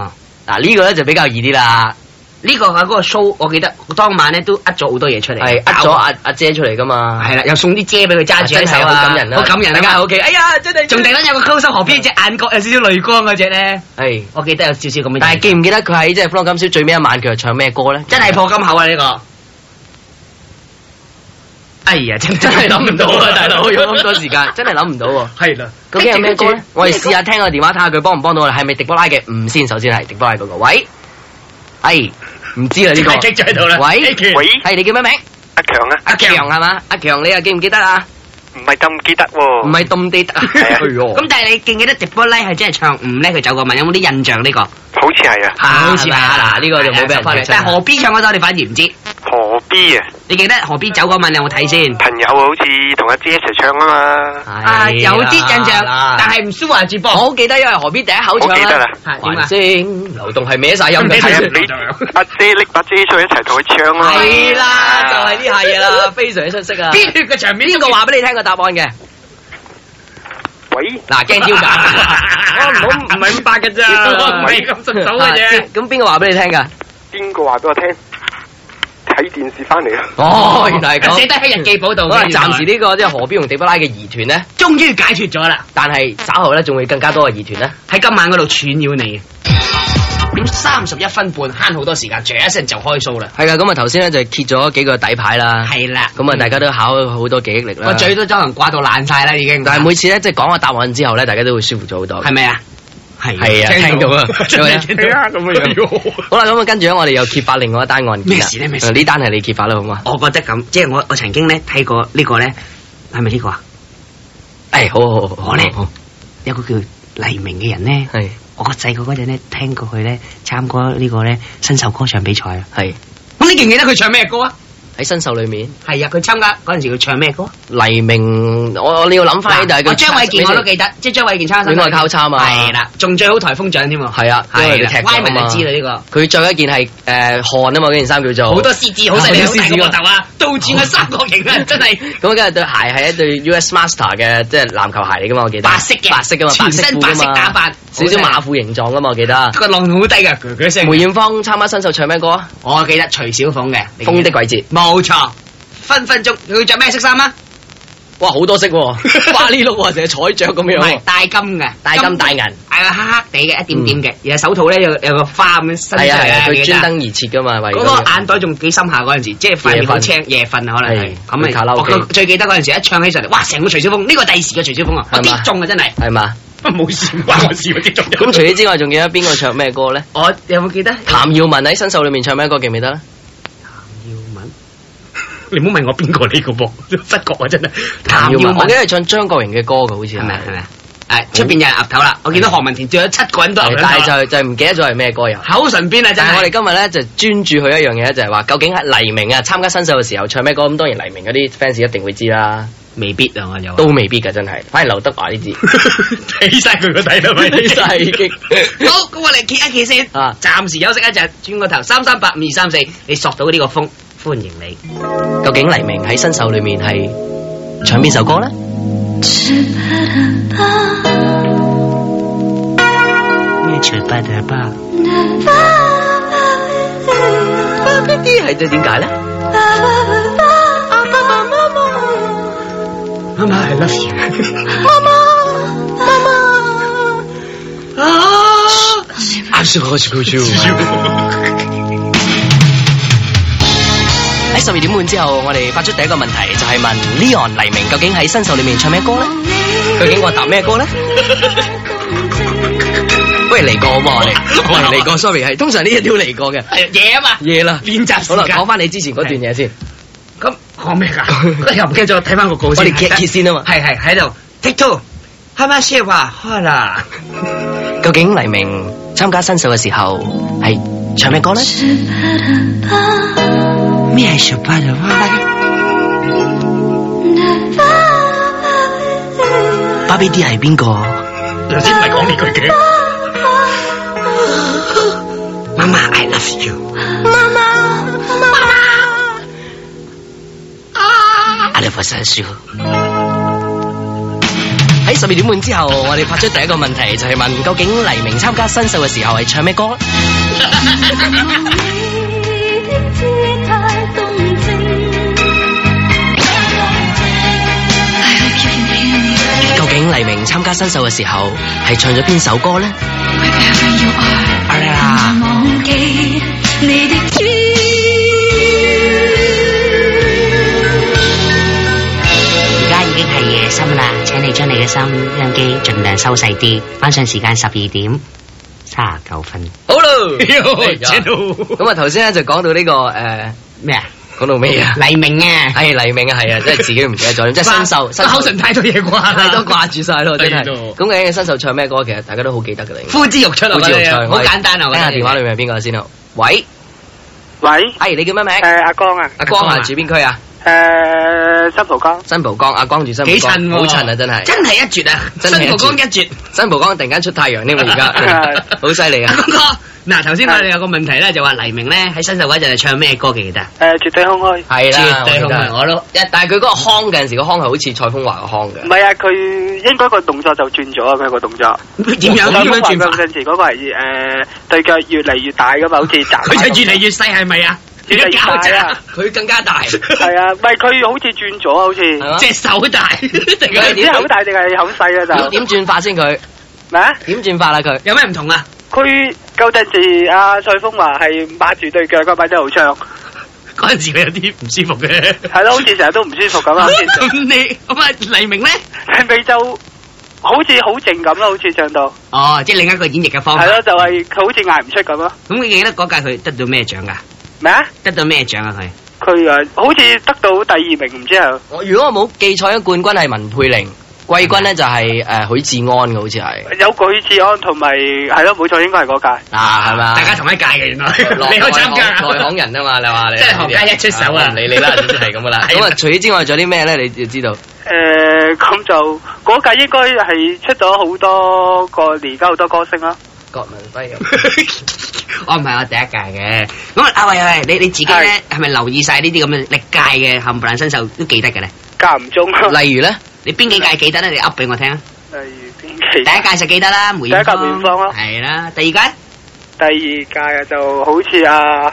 Speaker 3: 啊
Speaker 4: 嗱呢個咧就比較易啲啦，
Speaker 3: 呢個係嗰個 show，我記得當晚咧都呃咗好多嘢出嚟，
Speaker 4: 係呃咗阿阿姐出嚟噶嘛。
Speaker 3: 係啦，又送啲遮俾佢揸住
Speaker 4: 啊
Speaker 3: 喺
Speaker 4: 真係
Speaker 3: 手
Speaker 4: 好
Speaker 3: 啊，
Speaker 4: 感人啊
Speaker 3: 好感人啊！
Speaker 4: 大家喺
Speaker 3: 屋企，哎呀，真係仲突然間有個 close up，何必隻眼角有少少淚光嗰只咧？
Speaker 4: 係，
Speaker 3: 我記得有少少咁嘅嘢，
Speaker 4: 但係記唔記得佢喺即係歡樂今宵最尾一晚佢係唱咩歌咧？
Speaker 3: 真係破金口啊！呢個，哎呀，真
Speaker 4: 真係諗唔到啊，大佬 用咁多時間，真係諗唔到喎。
Speaker 3: 係啦，
Speaker 4: 究竟係咩歌咧？我哋試下聽個電話，睇下佢幫唔幫到我哋。係咪迪波拉嘅？唔先，首先係迪波拉嗰個。喂，係唔知啦呢個。
Speaker 3: 激咗喺度啦
Speaker 4: 喂
Speaker 3: 呢段
Speaker 6: 喂，
Speaker 4: 係你叫咩名？
Speaker 6: 阿強啊，
Speaker 4: 阿強係嘛？阿強你又記唔記得啊？
Speaker 6: 唔係咁記得喎。
Speaker 4: 唔係凍地得啊。
Speaker 6: 係啊
Speaker 4: 哎呦
Speaker 3: 咁但係你記唔記得直播 live 係真係唱唔咧？佢走過問有冇啲印象呢個？
Speaker 6: 好似係
Speaker 2: à?
Speaker 6: 啊，
Speaker 4: 好似係啊嗱呢個就冇俾人
Speaker 3: 翻嚟
Speaker 4: 記。得
Speaker 3: 但係何必唱嗰首你反而唔知？
Speaker 6: 何必
Speaker 2: à?
Speaker 6: 啊？
Speaker 3: 你記得何必走嗰晚你有冇睇先？
Speaker 6: 朋友好似同阿姐一齊唱啊嘛，
Speaker 3: 啊，有啲印象，但
Speaker 4: 係
Speaker 3: 係唔 sure 住
Speaker 4: 我
Speaker 3: 噃。
Speaker 4: 好記得，因為何必第一口唱
Speaker 6: 我記得啦
Speaker 3: 係點
Speaker 4: 環
Speaker 3: 啊
Speaker 4: 星流動係歪晒音嘅。
Speaker 6: 係啊，
Speaker 4: 係啊
Speaker 6: 你阿姐拎把遮出去一齊同佢唱啊嘛。
Speaker 4: 係啦，就係呢下嘢啦，非常之出色啊！
Speaker 3: 邊血嘅場面？
Speaker 4: 邊個話俾你聽個答案嘅？
Speaker 6: 喂，
Speaker 4: 嗱，驚招架， 我唔好
Speaker 3: 唔係咁白嘅咋
Speaker 4: 唔係
Speaker 3: 咁順
Speaker 4: 啊。咁邊個話俾你聽㗎？
Speaker 6: 邊個話俾我聽？睇電視翻嚟啊！
Speaker 3: Ờ,
Speaker 4: 哦，原來係
Speaker 3: 寫
Speaker 4: 咁。
Speaker 3: 低喺日記簿度
Speaker 4: 好
Speaker 3: 嘅。
Speaker 4: 啦，
Speaker 3: 原來
Speaker 4: 暫時呢個即係何必同地不拉嘅疑團咧，
Speaker 3: 終於解決咗啦，
Speaker 4: 但係稍後咧仲會更加多嘅疑團咧。
Speaker 3: 喺今晚嗰度串擾你。咁三十一分半，慳好多時間，啜一聲就開 show 啦。
Speaker 4: 係啦，咁啊頭先咧就揭咗幾個底牌啦，
Speaker 3: 係啦，
Speaker 4: 咁啊大家都考咗好多記憶力啦。
Speaker 3: 個嘴都可能掛到爛晒啦，已經。
Speaker 4: 但係每次咧即係講個答案之後咧，大家都會舒服咗好多。
Speaker 3: 係咪啊？係
Speaker 4: 係啊聽到啊
Speaker 3: 真係聽到
Speaker 6: 咁樣
Speaker 4: 好啦，咁啊跟住咧我哋又揭發另外一單案件啦
Speaker 3: 咩事呢咩事
Speaker 4: 呃呢單係你揭發啦，好嘛？
Speaker 3: 我覺得咁，即係我我曾經咧睇過呢個咧，係咪呢個啊？
Speaker 4: 誒，好好好好，
Speaker 3: 我呢
Speaker 4: 好好
Speaker 3: 有個叫黎明嘅人咧，
Speaker 4: 係
Speaker 3: 我細個嗰陣咧聽過佢咧參加呢個咧新秀歌唱比賽啊。
Speaker 4: 係
Speaker 3: 咁你記唔記得佢唱咩歌啊？
Speaker 4: 喺新秀裏面，
Speaker 3: 係啊，佢參加嗰陣時佢唱咩歌啊？
Speaker 4: 黎明，我我你要諗翻呢，但係
Speaker 3: 我
Speaker 4: 佢
Speaker 3: 張偉健我都記得，即係張偉健參加新
Speaker 4: 戀愛交叉嘛
Speaker 3: 係啦，仲最好颱風獎添喎。
Speaker 4: 係啊，因
Speaker 3: 係
Speaker 4: 為佢踢
Speaker 3: 啦，
Speaker 4: 咗
Speaker 3: 歪
Speaker 4: 啊
Speaker 3: 文
Speaker 4: 嘛
Speaker 3: 就知啦呢個。
Speaker 4: 佢着一件係誒汗啊嘛，嗰件衫叫做
Speaker 3: 好多獅子好犀利，
Speaker 4: 好
Speaker 3: 好
Speaker 4: 多獅
Speaker 3: 大
Speaker 4: 子
Speaker 3: 個
Speaker 4: 喎
Speaker 3: 膊頭啊，倒轉個三角 形啊，真係
Speaker 4: 咁跟住對鞋係一對 US Master 嘅即係籃球鞋嚟噶嘛，我記得
Speaker 3: 白色嘅
Speaker 4: 白色噶嘛，
Speaker 3: 全身白色
Speaker 4: 褲㗎嘛
Speaker 3: 打扮
Speaker 4: 少少馬褲形狀噶嘛，我記得。
Speaker 3: 個浪好低㗎，佢佢聲。
Speaker 4: 梅艷芳參加新秀唱咩歌啊？
Speaker 3: 我記得徐小鳳嘅《
Speaker 4: 風的季節。
Speaker 3: 冇錯，分分鐘佢着咩色衫啊？
Speaker 4: 哇，好多色 喎，花呢碌喎，成日彩雀咁
Speaker 3: 唔
Speaker 4: 樣
Speaker 3: 係
Speaker 4: 喎。
Speaker 3: 大金嘅，
Speaker 4: 大金大銀
Speaker 3: 係啊，黑黑地嘅一點點嘅，然後手套咧有有個花咁樣伸出
Speaker 4: 係啊
Speaker 3: 嚟
Speaker 4: 係啊，
Speaker 3: 啊，
Speaker 4: 佢
Speaker 3: 你記得
Speaker 4: 專登而設噶嘛，為
Speaker 3: 嗰
Speaker 4: 咗
Speaker 3: 個眼袋仲幾深下嗰陣時，即係塊面好青，夜瞓可能係
Speaker 4: 係
Speaker 3: 咁
Speaker 4: 去
Speaker 3: 啊！
Speaker 4: 卡拉
Speaker 3: 我
Speaker 4: OK
Speaker 3: 我最記得嗰陣時一唱起上嚟，哇！成個徐小鳳呢個第時嘅徐小鳳啊，我
Speaker 4: 係嘛
Speaker 3: 啲中啊真係
Speaker 4: 係嘛？
Speaker 3: 冇事，關我事我啲中。
Speaker 4: 咁除此之外，仲記得邊個唱咩歌咧？
Speaker 3: 我有冇記得？
Speaker 4: 譚耀文喺新秀裏面唱咩歌記唔記得咧？
Speaker 3: 耀 文，你唔好問我邊個呢個 噃，不覺啊真係。
Speaker 4: 我記得係唱張國榮嘅歌嘅，好似
Speaker 3: 係咪係咪？誒，出邊有人岌頭啦，我見到何文田仲有七個人都岌
Speaker 4: 係
Speaker 3: 緊
Speaker 4: 但
Speaker 3: 頭啦，
Speaker 4: 係就就唔記得咗係咩歌又。
Speaker 3: 口唇邊啊真
Speaker 4: 但係我哋
Speaker 3: 係。
Speaker 4: 今日咧就專注佢一樣嘢，就係話究竟係黎明啊參加新秀嘅時候唱咩歌？咁當然黎明嗰啲 fans 一定會知啦，
Speaker 3: 未必啊，我有
Speaker 4: 都未必㗎真係，反而劉德華呢啲
Speaker 3: 睇晒佢個底啦
Speaker 4: 睇晒已經
Speaker 3: 好，咁我哋揭一揭先，
Speaker 4: 啊
Speaker 3: 暫時休息一陣，轉個頭三三八五二三四，你索到呢個風，歡迎你。
Speaker 4: 究竟黎明喺新秀裏面係唱邊首歌咧？
Speaker 3: 咩？除不得吧。
Speaker 7: Never
Speaker 4: 啲係點解咧？
Speaker 3: 媽媽，I love you。 Ah!
Speaker 4: 喺十二點半之後，我哋發出第一個問題，就係、問 Leon 黎明究竟喺新秀裏面唱咩歌咧？究竟我答咩歌咧？不如嚟過好嘛？我哋我哋嚟過，sorry 係通常呢一都要嚟過嘅。
Speaker 3: 係嘢啊嘛，
Speaker 4: 夜啦，
Speaker 3: 練習
Speaker 4: 好啦，
Speaker 3: 時間
Speaker 4: 講。翻你之前嗰段嘢先。
Speaker 3: 咁講咩㗎？又唔記得咗，睇翻個稿先。
Speaker 4: 我哋揭揭先啊嘛
Speaker 3: 係係喺度。Take two，哈馬西話開啦。
Speaker 4: 究竟黎明參加新秀嘅時候係唱咩歌咧？
Speaker 3: 咩係 s u p e 哇？
Speaker 4: 芭比 D 係邊個？
Speaker 3: 頭先唔係講呢句嘅。媽媽，I love you。
Speaker 4: 阿力佛神書。喺十二點半之後，我哋發出第一個問題，就係、問究竟黎明參加新秀嘅時候係唱咩歌咧？究竟黎明參加新秀嘅時候係唱咗邊首歌咧？阿力啊，
Speaker 7: 而家已經係夜深啦，請你將你嘅收音機盡量收細啲。晚上時間十二點三十九分。
Speaker 4: 好啦，
Speaker 3: 知道
Speaker 4: 咁啊頭先咧就講到呢、個誒
Speaker 7: 咩啊？
Speaker 4: 講到咩啊？
Speaker 7: 黎明啊！
Speaker 4: 係黎明啊，係啊，真係自己唔記得咗，即係新秀，新
Speaker 3: 個口唇太多嘢掛啦，
Speaker 4: 太多掛住晒咯，真係。
Speaker 3: 係咯
Speaker 4: 咁究竟新秀唱咩歌？其實大家都好記得㗎啦。已經
Speaker 3: 呼之欲出啊！我
Speaker 4: 好似好
Speaker 3: 哋
Speaker 4: 唱，
Speaker 3: 好簡單啊！
Speaker 4: 我
Speaker 3: 我覺
Speaker 4: 哋聽下
Speaker 3: 得
Speaker 4: 電話裏面係邊個先啦。喂，
Speaker 1: 喂，
Speaker 4: 係你叫咩名？
Speaker 6: 诶，
Speaker 1: à,
Speaker 6: 阿江啊，
Speaker 4: 阿光
Speaker 3: 阿光
Speaker 4: 啊，
Speaker 3: 啊
Speaker 4: 住邊區啊？
Speaker 1: 诶，新蒲江，
Speaker 4: 新蒲江，阿光住新蒲
Speaker 3: 幾
Speaker 4: 江，
Speaker 3: 襯喎
Speaker 4: 好襯啊！真係，
Speaker 3: 真係一絕啊！
Speaker 4: 真係一
Speaker 3: 新
Speaker 4: 絕
Speaker 3: 蒲江一絕。
Speaker 4: 新蒲江突然間出太 陽添啊！而家好犀利啊！
Speaker 3: 阿哥，嗱頭先我哋有個問題咧，就話黎明咧喺新秀嗰陣係唱咩歌嘅？記得？
Speaker 1: 诶，绝对空虛。
Speaker 4: 係
Speaker 3: 絕
Speaker 4: 啦，
Speaker 3: 對
Speaker 4: 我
Speaker 3: 好
Speaker 4: 記得
Speaker 3: 啊！我都一
Speaker 4: 但係佢嗰個腔嗰陣時，個腔係好似蔡風華個腔
Speaker 1: 唔
Speaker 4: 嘅。
Speaker 1: 係啊，佢應該個動作就轉咗啊！佢個動作
Speaker 3: 點樣點樣轉
Speaker 1: 嗰
Speaker 3: 法？
Speaker 1: 陣時嗰個係誒對腳越嚟越大噶嘛，好似斬
Speaker 3: 佢就越嚟越細係咪啊？
Speaker 1: 越嚟越大啊！
Speaker 4: 佢更加大，
Speaker 1: 係啊，唔係佢好似轉咗啊，好似
Speaker 4: 係嘛？
Speaker 3: 隻手大， 定
Speaker 1: 唔
Speaker 3: 係
Speaker 1: 知口大定係口細啊
Speaker 4: 點
Speaker 1: 就
Speaker 4: 點轉法先？佢
Speaker 1: 咩啊？
Speaker 4: 點轉法啦？佢
Speaker 3: 有咩唔同啊？
Speaker 1: 佢舊陣時阿蔡風華係抹住對腳嗰把真好槍，
Speaker 3: 嗰陣時佢有啲唔舒服嘅。
Speaker 1: 係咯，好似成日都唔舒服咁啊，好似
Speaker 3: 咁你咁啊黎明咧？
Speaker 1: 係咪就好似好靜咁咯？好似唱到
Speaker 3: 哦，即係另一個演繹嘅方法
Speaker 1: 係。咯，就係佢好似嗌唔出咁咯，
Speaker 3: 咁你記得嗰屆佢得到咩獎㗎？
Speaker 1: 咩啊？
Speaker 3: 得到咩獎啊？佢
Speaker 1: 佢誒好似得到第二名，唔知係
Speaker 4: 我如果我冇記錯，冠軍係文佩玲，季軍
Speaker 3: 啊
Speaker 4: 咧就係呃誒許志安嘅，好似係
Speaker 1: 有許志安同埋係咯，冇錯，應該係嗰屆。
Speaker 4: 啊，係咪啊
Speaker 3: 大家同一屆嘅原來，
Speaker 4: 內
Speaker 3: 你可以參加
Speaker 4: 內行
Speaker 3: 啊！
Speaker 4: 人啊嘛，你話你
Speaker 3: 真係行家一出手啊
Speaker 4: 唔嗯理你啦，總之係咁噶啦。
Speaker 3: 係啊哦
Speaker 4: 咁啊，除此之外仲有啲咩咧？你要知道
Speaker 1: 诶，咁、就嗰屆應該係出咗好多個而家好多歌星啦。
Speaker 4: 郭文輝
Speaker 3: 我唔係我第一屆嘅。咁啊喂喂，你你自己咧係咪留意晒呢啲咁嘅歷屆嘅冚唪唥新秀都記得嘅 咧？
Speaker 1: 間唔中，
Speaker 4: 咁，例如咧，
Speaker 3: 你邊幾屆記得咧？你噏俾我聽啊！
Speaker 1: 例如邊 期
Speaker 3: 第一？屆就記得啦，梅艷芳。
Speaker 1: 第一屆梅艷芳咯
Speaker 3: 係啦，第二屆
Speaker 1: 第二屆就好似啊，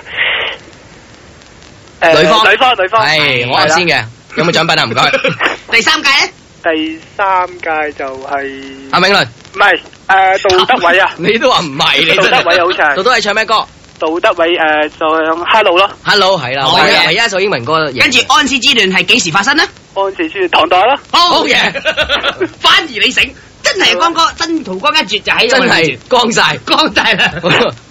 Speaker 1: 诶、
Speaker 4: 女方
Speaker 1: 女方，女方，
Speaker 4: 係我
Speaker 1: 係
Speaker 4: 係
Speaker 1: 啦
Speaker 4: 先嘅，有冇獎品啊？唔該，
Speaker 3: 第三屆咧，
Speaker 1: 第三屆就係
Speaker 4: 阿銘倫，，
Speaker 1: 唔係诶杜德偉啊
Speaker 4: 你都話唔係你
Speaker 1: 杜德偉好似係
Speaker 4: 杜德偉唱咩歌
Speaker 1: 杜德偉诶、就唱 Hello 咯，
Speaker 4: ？Hello，係啦，
Speaker 3: 好
Speaker 4: 係啊
Speaker 3: 嘢
Speaker 4: 唯一一首英文歌贏。
Speaker 3: 跟住安史之亂係幾時發生咧？
Speaker 1: 安志書唐代咯，
Speaker 3: 好
Speaker 4: 嘢
Speaker 3: 反而你醒，真係光哥，真桃光一絕就喺
Speaker 4: 真係光晒。
Speaker 3: 光 大啦。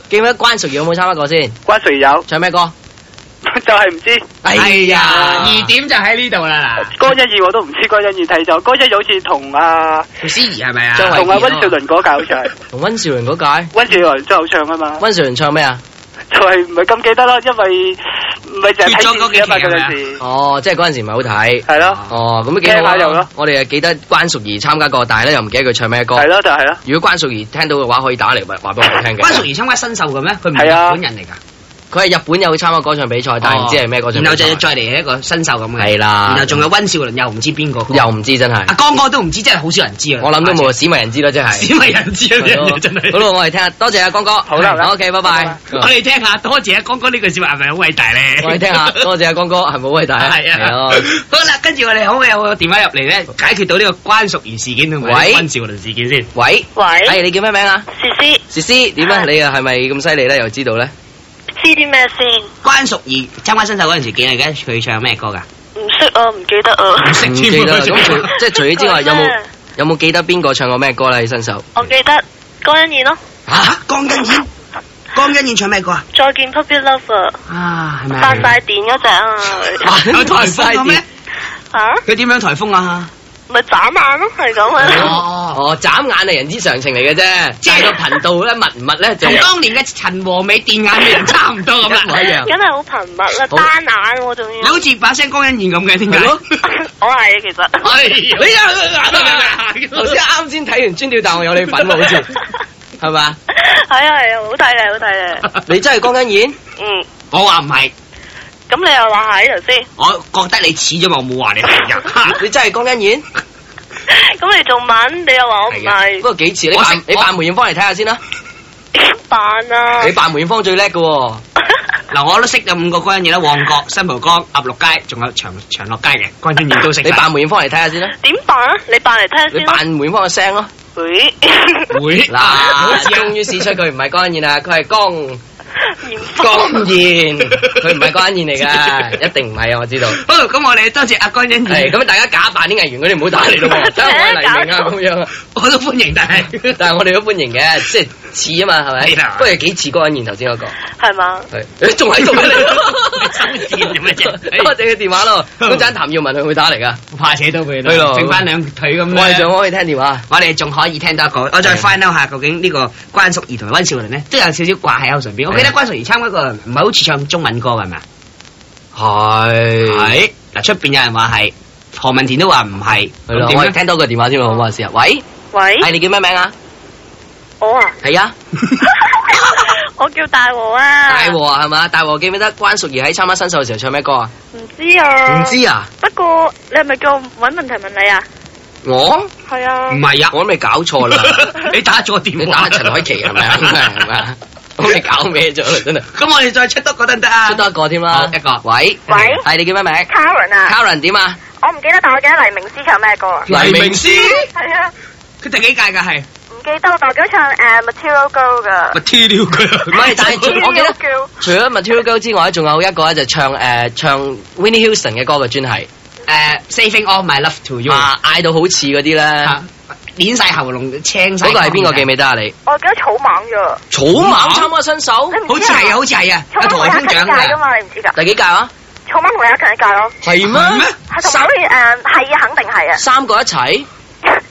Speaker 4: 記唔記得關淑怡有冇參加過先？
Speaker 1: 關誰 有
Speaker 4: 唱咩歌？
Speaker 1: 就係唔知
Speaker 3: 哎呀，二點就喺呢度啦
Speaker 1: 江一燕我都唔知江一燕睇咗，江一燕好似同啊
Speaker 3: 嗱，思怡係咪啊？
Speaker 4: 張衛
Speaker 1: 同阿
Speaker 4: 健啊嘛
Speaker 1: 温兆倫嗰屆好似係，
Speaker 4: 同温兆倫嗰屆，
Speaker 1: 温兆倫真係好唱啊嘛。
Speaker 4: 温兆倫唱咩啊？
Speaker 1: 就係唔係咁記得啦，因為唔係淨係睇電視啊嘛
Speaker 3: 跌咗嗰幾期
Speaker 1: 嗰
Speaker 3: 係咪啊
Speaker 1: 陣時，
Speaker 4: 哦，即係嗰陣時唔係好睇。
Speaker 1: 係咯
Speaker 4: 哦，咁都幾好
Speaker 1: 聽下就
Speaker 4: 啊
Speaker 1: 咯！
Speaker 4: 我哋又記得關淑怡參加過，但係咧又唔記得佢唱咩歌。
Speaker 1: 係咯就係咯，
Speaker 4: 如果關淑怡聽到嘅話，可以打嚟話話俾我哋聽嘅。
Speaker 3: 關淑怡參加新秀嘅咩？佢唔
Speaker 1: 係啊
Speaker 3: 係日本人嚟㗎。
Speaker 4: 佢係日本有參加嗰場比賽，
Speaker 3: Ờ.
Speaker 4: 但係唔知係咩嗰場比賽。
Speaker 3: 然後就再嚟一個新秀咁嘅，
Speaker 4: 哦係啦
Speaker 3: 然後仲有温兆倫又唔知邊個，
Speaker 4: 又唔知真
Speaker 3: 阿
Speaker 4: 係，
Speaker 3: 江哥都唔知，真係好少人 知啊！
Speaker 4: 我諗都冇，史迷人知啦，真係。
Speaker 3: 鮮為人知啊！呢
Speaker 4: 係
Speaker 3: 樣
Speaker 4: 咯
Speaker 3: 嘢真係
Speaker 4: 好。啦，我哋聽下，多謝阿江哥。好
Speaker 1: 啦好啦
Speaker 4: ，OK，拜拜。
Speaker 3: 我哋聽下，多謝阿啊江哥呢句説話係咪好偉大咧？
Speaker 4: 我 哋聽下，多謝阿江哥，係咪好偉大啊？
Speaker 3: 係
Speaker 4: 係
Speaker 3: 啊
Speaker 4: 咯。
Speaker 3: 好啦，跟住我哋可唔可以有個電話入嚟咧，解決到呢個關淑怡事件同埋
Speaker 4: 喂
Speaker 3: 温兆倫事件先？
Speaker 4: 喂，係
Speaker 5: 喂，
Speaker 4: 你叫咩名啊？
Speaker 5: 思思
Speaker 4: 詩詩點啊？
Speaker 5: 係
Speaker 4: 你啊係咪咁犀利咧？又知道咧？
Speaker 5: 知啲咩先？
Speaker 3: 關淑怡參加新秀嗰陣時，記唔記得佢唱咩歌㗎？
Speaker 5: 唔識啊，唔記得啊。
Speaker 3: 識
Speaker 4: 唔
Speaker 3: 添
Speaker 4: 記得啦
Speaker 3: 嗰時
Speaker 4: 咁除 即係除咗之外，有冇
Speaker 5: 佢咩
Speaker 4: 有冇記得邊個唱過咩歌咧？喺新手
Speaker 5: 我記得江欣燕咯，
Speaker 3: 嚇，江欣燕，江欣燕唱咩歌啊？
Speaker 5: 再見 Puppy Lover，
Speaker 3: 啊，係咪？
Speaker 5: 發晒電嗰只啊，
Speaker 3: 有颱風嘅咩？
Speaker 5: 嚇
Speaker 3: 佢點樣颱風啊？
Speaker 5: 咪眨眼咯，係咁啊。
Speaker 3: 哦。
Speaker 4: 哦，眨眼係人之常情嚟嘅啫，
Speaker 3: 即
Speaker 4: 但
Speaker 3: 係
Speaker 4: 係個頻道咧密唔密咧就
Speaker 3: 同當年嘅陳和美電眼美人差唔多咁啦，
Speaker 4: 一模一樣
Speaker 5: 梗係好頻密啦，
Speaker 4: 好
Speaker 5: 單眼我仲
Speaker 3: 你
Speaker 5: 要
Speaker 3: 好，似把聲江欣燕咁嘅，點解？
Speaker 4: 係咯
Speaker 5: 我係其實。
Speaker 3: 哎呀
Speaker 4: 你啊頭先啱先睇完專調，但我有你份 喎，好似係嘛？
Speaker 5: 係啊係啊，好睇嘅好睇嘅。
Speaker 4: 你真係江欣燕？
Speaker 5: 嗯，
Speaker 3: 我話唔係，
Speaker 5: 咁你又話係頭先，
Speaker 3: 我覺得你似咗嘛，我冇話你係人。
Speaker 4: 你真係江欣燕？
Speaker 5: 咁你仲問，你又話我唔
Speaker 4: 不
Speaker 5: 係
Speaker 4: 過幾似你
Speaker 3: 我
Speaker 4: 扮
Speaker 3: 食
Speaker 4: 你扮梅艷芳嚟睇下先啦，
Speaker 5: 扮啊
Speaker 4: 你？扮梅艷芳最叻嘅喎。
Speaker 3: 嗱，我都識咗五個江欣燕啦，旺角、新蒲崗、鴨綠街，仲有長長樂街嘅江欣燕都識晒。
Speaker 4: 你扮梅艷芳嚟睇下先啦，
Speaker 5: 點扮啊？你扮嚟聽下
Speaker 4: 你
Speaker 5: 先啦。
Speaker 4: 扮梅艷芳嘅聲咯。
Speaker 5: 會
Speaker 3: 會
Speaker 4: 嗱，終
Speaker 3: 終
Speaker 4: 於
Speaker 3: 於
Speaker 4: 試出佢唔係江欣燕啦，佢係江
Speaker 5: 嚴
Speaker 4: 江燕，佢唔係江欣燕嚟噶，一定唔係啊！我知道。
Speaker 3: 好，咁我哋多謝阿江欣
Speaker 4: 係
Speaker 3: 燕，
Speaker 4: 咁，大家假扮啲藝員嗰啲唔好打嚟咯喎，真係我係黎明啊咁樣啊。
Speaker 3: 我都歡迎，但 係
Speaker 4: 但係我哋都歡迎嘅，即係似啊嘛，係咪？
Speaker 3: 係啦
Speaker 4: 不過幾似江欣燕頭先嗰個，
Speaker 5: 係嘛？
Speaker 4: 係誒仲喺度嘅
Speaker 3: 你
Speaker 4: 你，
Speaker 3: 真係賤嘅啫
Speaker 4: 多謝佢電話咯，嗰陣譚耀文佢會打嚟㗎，
Speaker 3: 怕扯到佢
Speaker 4: 係
Speaker 3: 啦，
Speaker 4: 咯
Speaker 3: 剩翻兩腿咁
Speaker 4: 我哋仲
Speaker 3: 咧。
Speaker 4: 可以聽電話。
Speaker 3: 我哋仲可以聽到一個，我再 find out 下究竟呢個關淑怡同埋温兆倫咧，都有少少掛喺口唇邊。我記得
Speaker 4: 係
Speaker 3: 關淑怡參加過，唔係好似唱中文歌㗎係咪啊？
Speaker 4: 係。
Speaker 3: 係嗱，出邊有人話係，何文田都話唔係，
Speaker 4: 係啦
Speaker 3: 咁，點
Speaker 4: 我
Speaker 3: 咧
Speaker 4: 哋？聽多個電話先好唔好啊？試下，喂，
Speaker 5: 喂，
Speaker 4: 係你叫咩名啊？
Speaker 5: 我啊，
Speaker 4: 係啊。
Speaker 5: 我叫大和啊。
Speaker 4: 大和啊，係嘛？大和記唔記得關淑怡喺參加新秀嘅時候唱咩歌啊？
Speaker 5: 唔知啊。
Speaker 4: 唔。知啊，
Speaker 5: 不過你係咪叫我揾問題問你啊？
Speaker 4: 我
Speaker 5: 係啊
Speaker 3: 唔。係啊，
Speaker 4: 我都未搞錯啦，
Speaker 3: 你打咗個電
Speaker 4: 你
Speaker 3: 話，
Speaker 4: 打陳凱琪 係咪啊？係咪啊？咁你搞咩咗啦？真係
Speaker 3: 咁我哋再出多個得唔得啊？
Speaker 4: 出多一個添
Speaker 3: 好
Speaker 4: 啦，
Speaker 3: 一個
Speaker 4: 喂
Speaker 5: 喂
Speaker 4: 係你叫咩名
Speaker 5: Karen 啊，
Speaker 4: ？Karen 點啊？
Speaker 5: 我唔記得，但我記得黎明詩唱咩歌啊？
Speaker 4: 黎明
Speaker 3: 詩，
Speaker 5: 係啊，
Speaker 3: 佢第幾屆㗎係？
Speaker 5: 唔記得，但我記得唱誒 à, Material Girl 噶。
Speaker 3: 咪踢了佢啊！
Speaker 4: 唔係，但係我記得
Speaker 5: Material Girl
Speaker 4: 除咗 Material Girl 之外，仲有一個咧就唱誒唱 à, Winnie Houston 嘅歌嘅專係，
Speaker 3: 誒，saving à, all my love to you，
Speaker 4: 啊嗌到好似嗰啲咧，
Speaker 3: 啊捏晒喉嚨，青晒。
Speaker 4: 嗰個係邊個記唔記得啊？你
Speaker 5: 我記得草蜢啫。
Speaker 4: 草蜢參加新手
Speaker 5: 你唔
Speaker 3: 好似
Speaker 5: 知啊
Speaker 3: 係啊，好似係啊，有
Speaker 5: 草蜢
Speaker 3: 台風
Speaker 5: 同佢一
Speaker 3: 獎
Speaker 5: 屆㗎
Speaker 3: 㗎，
Speaker 5: 嘛，你唔知㗎？
Speaker 4: 第幾屆啊？
Speaker 5: 草蜢同佢一屆㗎咯，
Speaker 4: 係
Speaker 3: 係咩？？
Speaker 5: 係同埋好似誒係啊，肯定 係啊，
Speaker 4: 三個一齊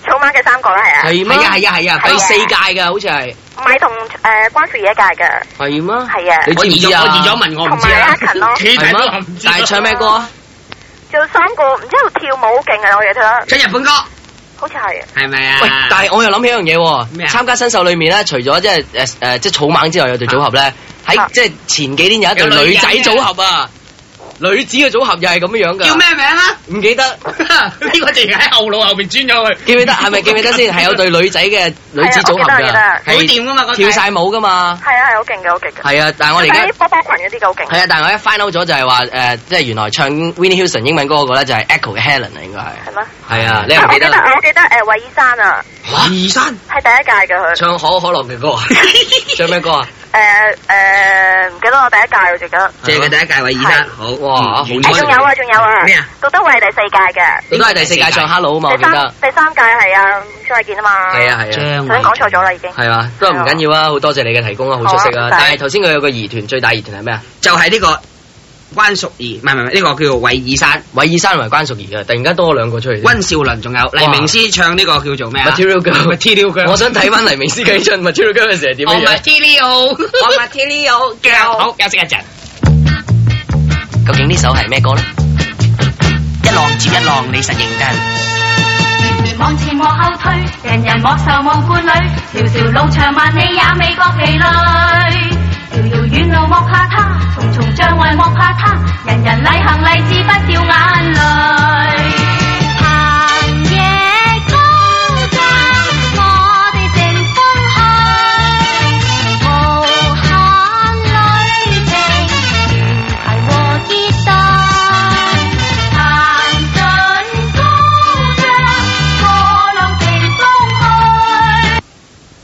Speaker 5: 草蜢嘅三個啦，係啊，
Speaker 4: 係咩？
Speaker 3: 係啊係啊係啊，
Speaker 4: 第
Speaker 3: 係
Speaker 4: 四屆㗎，好似係
Speaker 5: 唔係同誒關注怡一屆嘅，
Speaker 4: 係咩？
Speaker 5: 係啊
Speaker 4: 你知
Speaker 3: 我
Speaker 4: 唔
Speaker 3: 移咗
Speaker 4: 知啊？
Speaker 3: 我移咗文，我唔知啦。
Speaker 5: 同埋阿勤
Speaker 3: 你睇
Speaker 4: 係
Speaker 3: 都
Speaker 4: 咩
Speaker 3: 話唔？知啦
Speaker 4: 但係唱咩歌啊？
Speaker 5: 仲有三個唔知喺度跳舞好勁啊，我哋睇得，
Speaker 3: 唱日本歌
Speaker 5: 好似係啊，
Speaker 3: 係咪
Speaker 4: 喂
Speaker 3: 啊？，
Speaker 4: 但係我又諗起一樣嘢
Speaker 3: 咩
Speaker 4: 喎，
Speaker 3: 啊
Speaker 4: 參加新秀裏面咧，除咗即係誒誒即係草蜢之外，有隊組合咧，喺
Speaker 5: 啊
Speaker 4: 即係前幾年有一隊
Speaker 3: 有女
Speaker 4: 女
Speaker 3: 人
Speaker 4: 仔
Speaker 3: 嘅
Speaker 4: 組合啊，女子嘅組合又係咁樣樣㗎。
Speaker 3: 叫咩名 啊？
Speaker 4: 唔記得，
Speaker 3: 呢個直情喺後腦後邊轉咗佢，
Speaker 4: 記唔記得？係咪記唔記得先？係有隊女仔嘅女子組合
Speaker 5: 係啊
Speaker 4: 㗎，
Speaker 3: 好
Speaker 4: 係
Speaker 3: 掂㗎嘛？嗰
Speaker 4: 跳晒舞㗎嘛。
Speaker 5: 係啊係好勁嘅，好勁嘅，
Speaker 4: 係啊，但係我哋而
Speaker 5: 睇
Speaker 4: 家
Speaker 5: 啲波波裙嗰啲嘅好勁，
Speaker 4: 係啊，但係我一 find out 咗就係話誒，即係原來唱 Winnie Houston 英文歌嗰個咧就係 Echo 嘅 Helen 啊，應該係。
Speaker 5: 係咩？
Speaker 4: 係啊，你又
Speaker 5: 啊
Speaker 4: 唔
Speaker 5: 我
Speaker 4: 記
Speaker 5: 記
Speaker 4: 得
Speaker 5: 得
Speaker 4: 啦？
Speaker 5: 我記得誒韋醫生啊，
Speaker 3: 二山
Speaker 5: 係第一屆嘅佢，
Speaker 4: 唱可口可樂嘅歌 啊？唱咩歌啊？
Speaker 5: 誒誒唔記得我第一屆我記得，
Speaker 3: 即係佢第一屆韋爾山，好
Speaker 4: 哇
Speaker 3: 嗯
Speaker 5: 誒仲有啊仲有啊
Speaker 3: 咩啊？，
Speaker 5: 杜德偉係第四屆嘅，
Speaker 4: 應該係第四屆唱 Hello 啊嘛，我
Speaker 5: 第
Speaker 4: 記得
Speaker 5: 三。第三屆係啊張衛健啊嘛，
Speaker 4: 係啊係啊，
Speaker 3: 張
Speaker 5: 頭先講錯咗啦已經。
Speaker 4: 係啊，都係唔緊要啊，好多謝你嘅提供啊，好出色
Speaker 5: 好
Speaker 4: 啊
Speaker 5: 啊。
Speaker 4: 但係頭先佢有個疑團，最大疑團係咩啊？
Speaker 3: 就係呢個關淑怡，唔係唔係唔係呢個叫做韋爾山、
Speaker 4: 韋爾山同埋關淑怡啊，突然間多咗兩個出嚟。
Speaker 3: 温兆倫，仲有黎明詩唱呢個叫做咩啊
Speaker 4: Material Girl
Speaker 3: Material Girl
Speaker 4: 我想睇翻黎明詩佢唱 Material Girl 嘅時係點樣樣。
Speaker 3: Material，我 Material Girl。好，休息一陣。
Speaker 4: 究竟呢首係咩歌咧？
Speaker 3: 一浪接一浪，你實認得。
Speaker 8: 望前望後退，人人莫愁望顧慮，條條路長萬里也未覺疲累。遥遥遠路莫怕他，重重障礙莫怕他，人人禮行勵志不掉眼淚。行夜高登，我哋乘風去，無限旅程，如排和結對，行盡高張，破浪乘風去。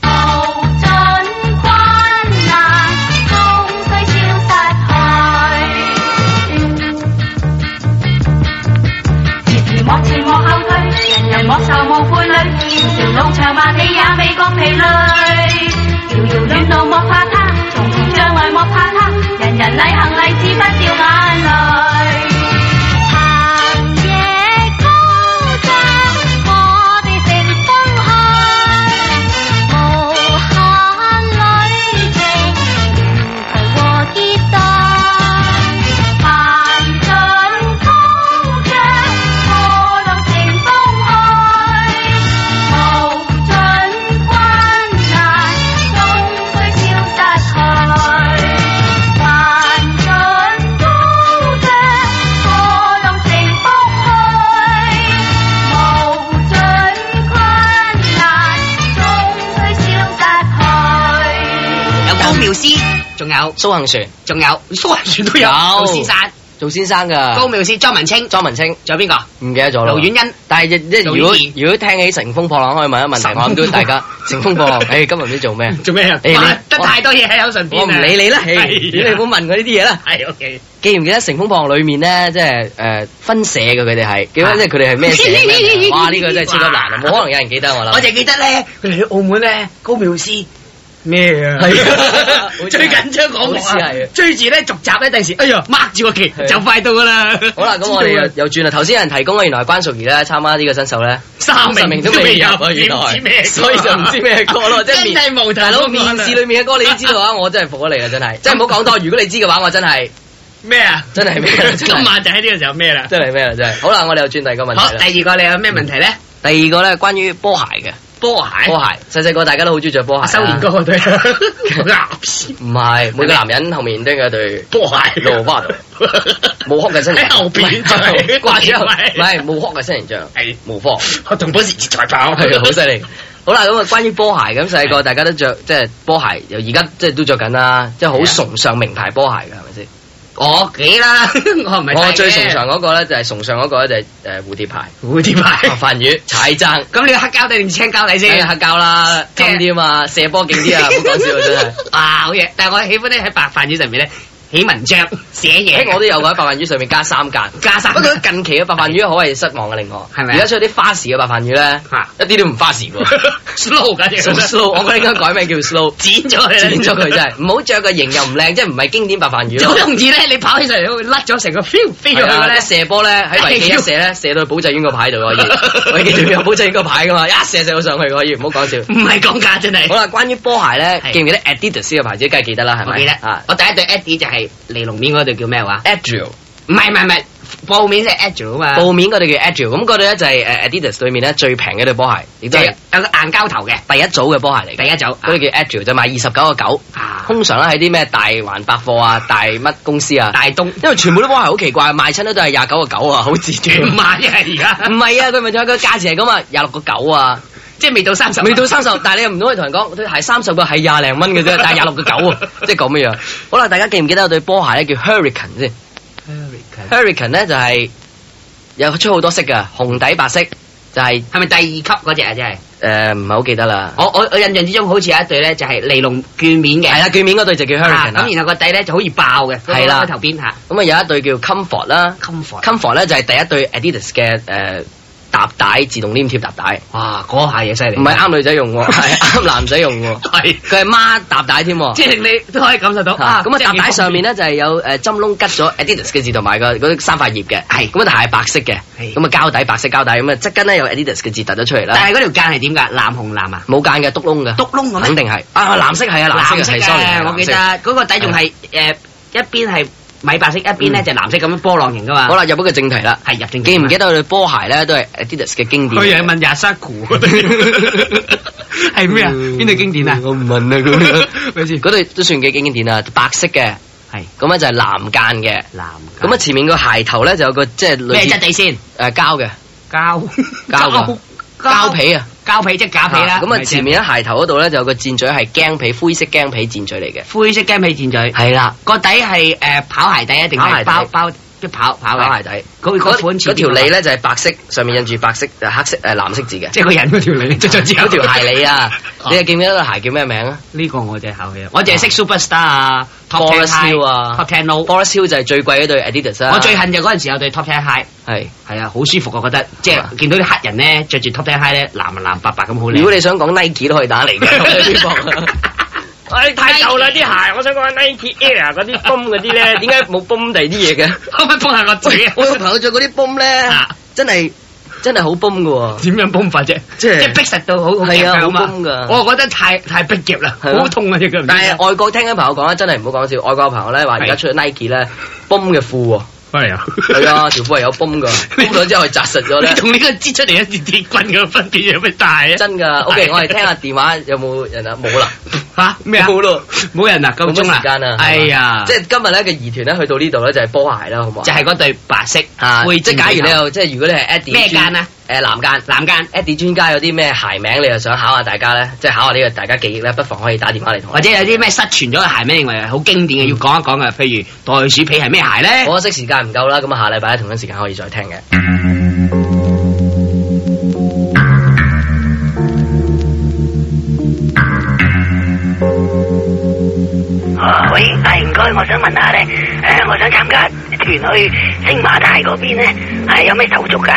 Speaker 8: 無盡困難，終須消失去。兒時莫前莫後退，人人莫愁莫悔慮，條條路長萬里也未覺疲累。遙遙遠路莫怕他，重重障礙莫怕他，人人禮行勵志不掉眼淚。行夜高登，我哋乘風去，無限旅程，如攜和結對，扮盡高腳，破浪乘風去，無盡困難，終須消失去。還盡高腳，破浪乘風去，無盡困難，終須消失去。
Speaker 3: 有高妙思，仲有
Speaker 4: 蘇杏璇
Speaker 3: 仲有蘇文全都有，
Speaker 4: 有
Speaker 3: 高先生、
Speaker 4: 做先生噶，
Speaker 3: 高妙思、莊文清，
Speaker 4: 莊文清
Speaker 3: 仲有邊個？
Speaker 4: 唔記得咗啦。
Speaker 3: 盧婉欣。
Speaker 4: 但係即係
Speaker 3: 做
Speaker 4: 如果
Speaker 3: 呢件
Speaker 4: 如果聽起乘風破浪，可以問一問題，我諗都大家乘風 破浪，誒今日唔知做咩？
Speaker 3: 做咩啊？
Speaker 4: 你你
Speaker 3: 得太多嘢喺口唇邊
Speaker 4: 我唔理你啦，唉
Speaker 3: 係啊
Speaker 4: 你唔好問我呢啲嘢啦。
Speaker 3: 係 OK。
Speaker 4: 記唔記得《乘風破浪》裏面咧，即係誒分社嘅佢哋係，記唔記
Speaker 3: 啊
Speaker 4: 得即係佢哋係咩社咩 名？哇！呢個真係超級難啊，
Speaker 3: 哇
Speaker 4: 冇可能有人記得我啦
Speaker 3: 我。就記得咧，佢哋去澳門咧，高妙思。咩啊
Speaker 4: 係啊
Speaker 3: 最緊張嗰幕
Speaker 4: 好似係
Speaker 3: 啊！追住咧續集咧，第時哎 呀，掹住個旗
Speaker 4: 係啊
Speaker 3: 就快到噶啦。
Speaker 4: 好啦，咁我哋又又轉啦。頭先有人提供嘅，原來係關淑怡咧參加呢個新手咧，
Speaker 3: 三
Speaker 4: 十
Speaker 3: 名
Speaker 4: 名都未有
Speaker 3: 啊
Speaker 4: 啊，原
Speaker 3: 唔知咩
Speaker 4: 來，
Speaker 3: 歌
Speaker 4: 所以就唔知咩歌咯。即
Speaker 3: 真
Speaker 4: 係面
Speaker 3: 係無啊頭
Speaker 4: 大佬
Speaker 3: 嗰個
Speaker 4: 面
Speaker 3: 啦
Speaker 4: 試裏面嘅歌，你都知 道啊，我真係服咗你啦，真係。即係唔好講多，如果你知嘅話，我真係
Speaker 3: 咩啊？
Speaker 4: 真係咩真係
Speaker 3: 今晚就喺呢個時候咩啦？
Speaker 4: 真係咩啦，真係。好啦，我哋又轉第二個問
Speaker 3: 好，
Speaker 4: 題啦。
Speaker 3: 第二個你有咩問題咧？
Speaker 4: 第二個咧，關於波鞋嘅
Speaker 3: 波鞋，
Speaker 4: 波鞋，細細個大家都好中意着波鞋啦。啊
Speaker 3: 收年歌 對，鴨屎
Speaker 4: 唔係每個男人後面都有對。
Speaker 3: 波鞋，
Speaker 4: 露花度冇殼嘅新
Speaker 3: 喺後邊就係
Speaker 4: 掛住，唔
Speaker 3: 係
Speaker 4: 係冇殼嘅新形象，
Speaker 3: 係
Speaker 4: 無科係
Speaker 3: 我同嗰時熱才爆，
Speaker 4: 啊，好犀利。好啦，咁啊，關於波鞋咁細個，大家都着即係波鞋，又而家即係都着緊啦，即係啊好崇尚名牌波鞋嘅，係咪先？
Speaker 3: 我幾 啦，我唔係
Speaker 4: 我最崇尚嗰個咧就係崇尚嗰個咧就係誒蝴蝶 牌、
Speaker 3: 蝴蝶
Speaker 4: 白
Speaker 3: 牌。
Speaker 4: 飯魚、踩踭，
Speaker 3: 咁你黑膠定青膠嚟
Speaker 4: 梗係
Speaker 3: 先？
Speaker 4: 黑膠啦，襟啲啊嘛，射波勁啲啊，唔好講笑啊 真係。
Speaker 3: 啊，好嘢！但係我喜歡咧喺白飯魚上面咧起文章寫嘢，
Speaker 4: 誒，我都有個喺白飯魚上面加三格。
Speaker 3: 加晒。
Speaker 4: 不過近期嘅白飯魚可謂失望嘅令我，
Speaker 3: 係咪啊
Speaker 4: 而家出啲花時嘅白飯魚咧
Speaker 3: 嚇，
Speaker 4: 一啲都唔花時 喎。
Speaker 3: slow 㗎條
Speaker 4: So slow，我覺得應該改名叫 slow，
Speaker 3: 剪咗佢啦，
Speaker 4: 剪咗佢真係，唔好着個型又唔靚，即係唔係經典白飯魚
Speaker 3: 好
Speaker 4: 咯。
Speaker 3: 容易咧，你跑起上嚟會甩咗成個 feel 飛咗去
Speaker 4: 係
Speaker 3: 嘅
Speaker 4: 啊
Speaker 3: 咧
Speaker 4: 一。射波咧喺維 基一射咧，射到去保濟院個牌度可以，維基裏面有保濟院個牌噶嘛，一射射到上去可以，唔好講笑。
Speaker 3: 唔 係講假，真係
Speaker 4: 好。啦，關於波鞋咧，
Speaker 3: 係
Speaker 4: 記唔記得 Adidas 嘅牌子？梗係記得啦，係咪？
Speaker 3: 我記得
Speaker 4: 啊
Speaker 3: 我第一對 Adi 就係尼龍面嗰對叫咩話？
Speaker 4: ，Adriel
Speaker 3: 唔係唔係唔係，布面就係 Adi 啊嘛。
Speaker 4: 布面嗰對叫 Adriel，咁嗰對咧就係誒 Adidas 對面咧最平嘅對波鞋，亦
Speaker 3: 就
Speaker 4: 都
Speaker 3: 係
Speaker 4: 係
Speaker 3: 有個硬膠頭嘅
Speaker 4: 第一組嘅波鞋嚟
Speaker 3: 第
Speaker 4: 嘅。
Speaker 3: 一組。
Speaker 4: 嗰對叫 Adriel，就賣二十九個九。
Speaker 3: 啊，
Speaker 4: 通常咧喺啲咩大環百貨啊、大乜公司啊。
Speaker 3: 大東
Speaker 4: 因為全部啲波鞋好奇怪，賣親咧都係廿九個九啊，好自
Speaker 3: 唔
Speaker 4: 斷。
Speaker 3: 買啊而
Speaker 4: 唔
Speaker 3: 家，
Speaker 4: 係啊，佢咪仲有個價錢係咁啊，廿六個九啊，
Speaker 3: 即係未到三十，
Speaker 4: 未到三十，但係你又唔可以同人講對鞋三十個係廿零蚊嘅啫，但係廿六個九啊，即係咁嘅樣。好啦，大家記唔記得有對波鞋咧叫 Hurricane 先？Hurricane 咧就係、有出好多色㗎，紅底白色，就係
Speaker 3: 係咪第二級嗰只啊？真係，
Speaker 4: 誒唔係好記得啦。
Speaker 3: 我我我印象之中好似有一對咧，就係尼龍卷面嘅，
Speaker 4: 係啦，券面嗰對就
Speaker 3: 啊
Speaker 4: 叫 Hurricane 啦
Speaker 3: 咁。然後個底咧就好易爆嘅，
Speaker 4: 係啦
Speaker 3: 嗰個頭邊嚇
Speaker 4: 咁啊有一對叫 Comfort 啦
Speaker 3: Comfort
Speaker 4: ，Comfort 咧就係第一對 Adidas 嘅誒搭帶自動黏貼搭帶。
Speaker 3: 哇，嗰下嘢犀利，
Speaker 4: 唔係啱女仔用喎，係啱男仔用喎。
Speaker 3: 係
Speaker 4: 佢係孖搭帶添喎。
Speaker 3: 即係令你都可以感受到
Speaker 4: 啊
Speaker 3: 啊！
Speaker 4: 咁啊，搭帶上面
Speaker 3: 咧，
Speaker 4: 咧就係有誒針窿吉咗 Adidas 嘅字同埋個嗰三塊葉嘅，係咁啊，但係白色嘅，
Speaker 3: 係
Speaker 4: 咁啊膠底白色膠底，咁啊側跟咧有 Adidas 嘅字突咗出嚟啦，
Speaker 3: 但係嗰條間係點㗎？藍紅藍啊，
Speaker 4: 冇間嘅篤窿嘅，
Speaker 3: 篤窿咁咩
Speaker 4: 肯定係啊藍色係啊藍
Speaker 3: 藍
Speaker 4: 色
Speaker 3: 色
Speaker 4: 係 sorry，係藍
Speaker 3: 嘅，
Speaker 4: 色
Speaker 3: 我記得嗰個底仲係誒一邊係米白色，一邊咧就藍色咁樣波浪形㗎嘛。
Speaker 4: 好啦，入一個正題啦，
Speaker 3: 係入正題 Ừ.
Speaker 4: 記唔記得佢對波鞋咧都係 Adidas 嘅經典？
Speaker 3: 廿三股嗰啲，
Speaker 9: 系
Speaker 3: à?
Speaker 9: 咩啊？
Speaker 4: Ừ.
Speaker 9: 边度经典啊？
Speaker 4: 我唔問啦咁樣。
Speaker 9: 咪先
Speaker 4: 嗰對都算幾經典啊，白色嘅，
Speaker 3: 係
Speaker 4: 咁咧就係藍間嘅，
Speaker 3: 男
Speaker 4: 咁啊前面個鞋頭咧就有個即係類
Speaker 3: 咩
Speaker 4: 似
Speaker 3: 質地先？
Speaker 4: 誒膠嘅
Speaker 3: 膠
Speaker 4: 膠㗎膠皮啊，
Speaker 3: 膠皮即係假皮啦。
Speaker 4: 咁啊前面咧鞋頭嗰度咧就有個箭嘴係驚皮，灰色驚皮箭嘴嚟嘅，
Speaker 3: 灰色雞尾箭嘴，
Speaker 4: 係啦，
Speaker 3: 個底係誒跑鞋底啊，定
Speaker 4: 跑鞋
Speaker 3: 係
Speaker 4: 底
Speaker 3: 包包即係跑跑
Speaker 4: 跑
Speaker 3: 嘅
Speaker 4: 鞋底。
Speaker 3: 嗰嗰款
Speaker 4: 嗰
Speaker 3: 前面
Speaker 4: 條脷咧就係白色，上面印住白色誒黑色誒藍色字嘅。
Speaker 9: 即係個人嗰條脷，即係只
Speaker 4: 嗰條鞋 你啊，
Speaker 9: 哦
Speaker 4: 你又記唔記得個鞋叫咩名啊哦
Speaker 9: 呢個我就考起啊！
Speaker 3: 我淨係識 Superstar 啊，Top Ten
Speaker 4: Forest Hill
Speaker 3: High
Speaker 4: 啊
Speaker 3: Top Ten Low。
Speaker 4: ？Forest Hill 就係最貴嗰對 Adidas 啊。
Speaker 3: 我最恨就嗰陣時有對 Top Ten High，
Speaker 4: 係。
Speaker 3: 係啊，好舒服我覺得，即
Speaker 4: 啊
Speaker 3: 係見到啲黑人咧着住 Top Ten High 咧，藍啊藍白白咁好
Speaker 4: 如果
Speaker 3: 靚。
Speaker 4: 你想講 Nike 都可以打嚟嘅，好舒 服。喂，太舊啦啲鞋，我想講 Nike Air 嗰啲泵嗰啲咧，點解冇泵第啲嘢嘅？
Speaker 9: 可唔可以幫下我自己啊？
Speaker 4: 我有朋友着嗰啲泵咧
Speaker 3: À.
Speaker 9: 啊，
Speaker 4: 真係真係好泵嘅喎，
Speaker 9: 點樣泵法啫？
Speaker 3: 即
Speaker 4: 即
Speaker 3: 係逼
Speaker 4: 係。
Speaker 3: 實到好好
Speaker 4: 係啊
Speaker 3: 夾腳嘛
Speaker 4: 好崩㗎
Speaker 9: 我覺得太太逼夾啦，
Speaker 4: 係咯
Speaker 9: 好痛啊只腳唔知點
Speaker 4: 但
Speaker 9: 解。
Speaker 4: 係外國聽緊朋友講咧，啊真係唔好講笑。外國有朋友咧話而家出咗 Nike 咧，泵 嘅褲喎，
Speaker 9: 翻嚟啊！
Speaker 4: 係啊，條褲係有泵㗎，泵咗之後係扎實咗咧
Speaker 9: 你。同呢個擠出嚟一截鐵棍嘅分別有咩大啊？
Speaker 4: 真 㗎，OK，我哋聽下電話有冇人啊？冇啦，
Speaker 9: 吓咩啊？
Speaker 4: 冇咯，
Speaker 9: 冇
Speaker 3: à,
Speaker 9: 人啊，夠
Speaker 4: 冇乜
Speaker 9: 鐘啦
Speaker 4: 時，間啦。係嘛
Speaker 9: 哎呀，
Speaker 4: 即係今日咧嘅疑團咧，去到呢度咧就係波鞋啦，好唔好啊？
Speaker 3: 就係嗰對白色
Speaker 4: 啊，
Speaker 3: 灰
Speaker 4: 即係
Speaker 3: 箭
Speaker 4: 假
Speaker 3: 皮
Speaker 4: 如
Speaker 3: 球
Speaker 4: 你又即係如果你係 Eddie
Speaker 3: 咩
Speaker 4: 專
Speaker 3: 間啊？
Speaker 4: 誒藍間
Speaker 3: 藍間。
Speaker 4: Eddie 專家有啲咩鞋名，你又想考下大家咧，即係考下呢個大家記憶咧，不妨可以打電話嚟同我
Speaker 3: 或。者有啲咩失傳咗嘅鞋咩？認為好經典嘅，要講一講嘅，譬如袋鼠皮係咩鞋咧？
Speaker 4: 我惜時間唔夠啦，咁啊下禮拜同樣時間可以再聽嘅。
Speaker 5: 喂，係唔該，我想問下咧，誒、我想參加團去星馬泰嗰邊咧，係有咩手續噶？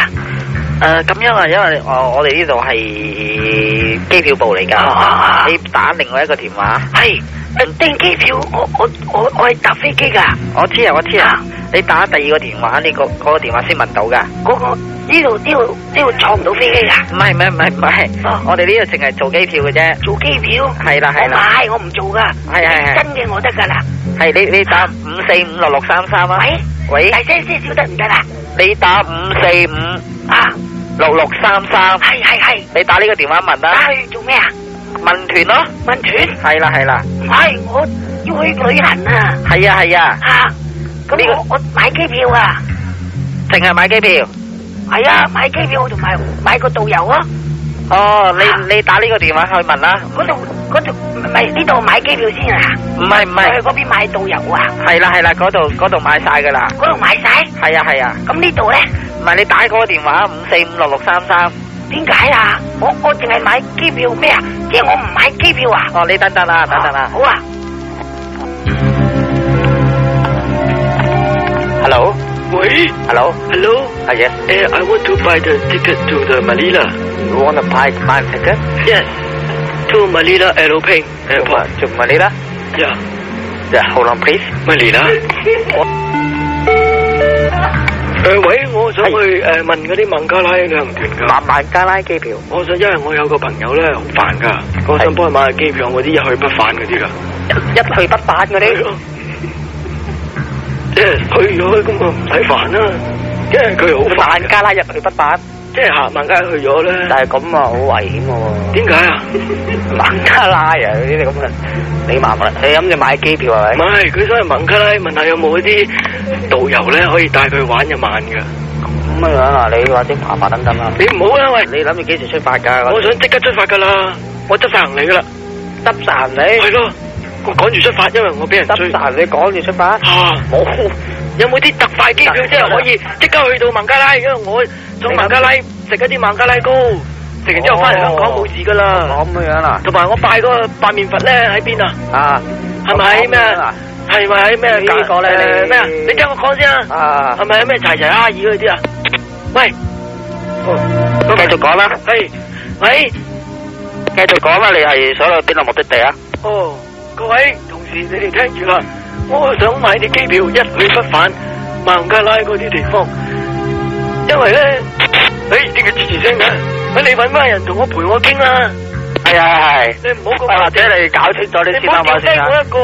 Speaker 1: 誒咁樣啊，因為我我哋呢度係機票部嚟
Speaker 5: 啊
Speaker 1: 㗎，你打另外一個電話，
Speaker 5: 係誒訂機票，我我我我係搭飛機㗎。
Speaker 1: 我知啊，我知啊，你打第二個電話，呢個嗰個電話先問到㗎。
Speaker 5: 嗰、個呢度呢度呢度坐唔到飛機㗎。
Speaker 1: 唔係唔係唔係唔係
Speaker 5: 啊，
Speaker 1: 我哋呢度淨係做機票嘅啫。
Speaker 5: 做機票，
Speaker 1: 係啦係
Speaker 5: 我
Speaker 1: 啦，
Speaker 5: 買我唔做㗎，
Speaker 1: 係係係
Speaker 5: 真嘅我得㗎啦。
Speaker 1: 係你你打五四五六六三三啊。
Speaker 5: 喂
Speaker 1: 喂，
Speaker 5: 大聲些少得唔得啦？
Speaker 1: 你打五四五
Speaker 5: 啊，
Speaker 1: 六六三三，
Speaker 5: 係係係，
Speaker 1: 你打呢個電話問啦，
Speaker 5: 打去做咩啊？
Speaker 1: 問團咯。
Speaker 5: 問團？
Speaker 1: 係啦係啦，
Speaker 5: 唔係，我要去旅行啊！
Speaker 1: 係啊係啊，
Speaker 5: 嚇、
Speaker 1: 呢
Speaker 5: 咁
Speaker 1: 個
Speaker 5: 我我買機票啊！
Speaker 1: 淨係買機票。
Speaker 5: 係啊，買機票同埋買個導遊啊！
Speaker 1: 哦，你你打呢個電話去問啦。
Speaker 5: 嗰度嗰度唔係呢度買機票先啊！
Speaker 1: 唔係唔係
Speaker 5: 我去。嗰邊買導遊啊！
Speaker 1: 係啦係啦，嗰度嗰度買晒噶啦。
Speaker 5: 嗰度買晒，
Speaker 1: 係啊係啊，
Speaker 5: 咁呢度咧
Speaker 1: 唔係你打嗰個電話五四五六六三三。
Speaker 5: 點解啊？我我淨係買機票咩啊？即係我唔買機票啊！
Speaker 1: 哦，你等等啦，等等啦。
Speaker 5: 好啊！
Speaker 1: Hello
Speaker 2: 喂
Speaker 1: Hello，
Speaker 2: ，Hello，
Speaker 1: 啊 Yes，
Speaker 2: 誒，I want to buy the ticket to the Manila。
Speaker 1: you wanna buy my ticket
Speaker 2: Yes。To Manila aeroplane airport.
Speaker 1: to Manila？
Speaker 2: Yeah.
Speaker 1: Yeah, hold on please。
Speaker 2: Manila。誒喂，我想去誒問嗰啲孟加拉嘅唔團㗎。
Speaker 1: 萬萬加拉機票。
Speaker 2: 我想因為我有個朋友咧好煩㗎，我想幫佢買個機票，我啲一去不返嗰啲㗎。
Speaker 1: 一去不返嗰
Speaker 2: 係
Speaker 1: 啲
Speaker 2: 咯，即係去咗咁我唔使煩啦，因為佢好煩
Speaker 1: 萬
Speaker 2: 㗎，
Speaker 1: 加拉一去不返，
Speaker 2: 即係下萬街去咗咧。
Speaker 1: 但係咁啊好危險喎。
Speaker 2: 點解 啊？
Speaker 1: 孟加拉啊，呢啲咁嘅，你麻煩啦，你諗住買機票係
Speaker 2: 唔
Speaker 1: 咪？
Speaker 2: 係，佢想去孟加拉問下有冇啲導遊咧可以帶佢玩一晚㗎。
Speaker 1: 咁樣啊，你或者麻煩等等啦。
Speaker 2: 你唔好啦，喂！
Speaker 1: 你諗住幾時出發㗎？
Speaker 2: 我想即刻出發㗎啦，我執晒行李㗎啦。
Speaker 1: 執晒行李
Speaker 2: 係。咯，我趕住出發，因為我俾人追
Speaker 1: 執。晒行李趕住出發。
Speaker 2: 啊！
Speaker 1: 冇，
Speaker 2: 有冇啲特快機票即係可以即刻去到孟加拉？因為我想孟加拉食一啲孟加拉糕，食完之後翻嚟香港冇事噶啦。
Speaker 1: 咁樣啦。
Speaker 2: 同埋我拜嗰個八面佛咧喺邊
Speaker 4: à?
Speaker 2: 啊？
Speaker 1: 啊，
Speaker 2: 係咪咩？係咪喺咩？
Speaker 1: 呢個咧
Speaker 4: à,
Speaker 2: 誒
Speaker 1: 你
Speaker 2: 咩啊？你聽我講先啊！
Speaker 1: 啊
Speaker 2: 係，咪喺咩柴柴阿二嗰啲
Speaker 4: à?
Speaker 2: 啊？喂，
Speaker 1: 繼續講啦，
Speaker 2: 係，喂，
Speaker 1: 繼續講啦，你係想去邊個目的地啊？
Speaker 2: 哦，各位同事你哋聽住啦，我想買啲機票一去不返孟加拉嗰啲地方，因為咧，誒點解吱吱聲嘅？喂，你揾翻人同我陪我傾啦，
Speaker 1: 係係
Speaker 2: 你唔好咁
Speaker 1: 係，或者你搞清楚你
Speaker 2: 你
Speaker 1: 先
Speaker 2: 唔
Speaker 1: 啦，
Speaker 2: 好掉
Speaker 1: 我
Speaker 2: 低
Speaker 1: 先啊。
Speaker 2: 我一個，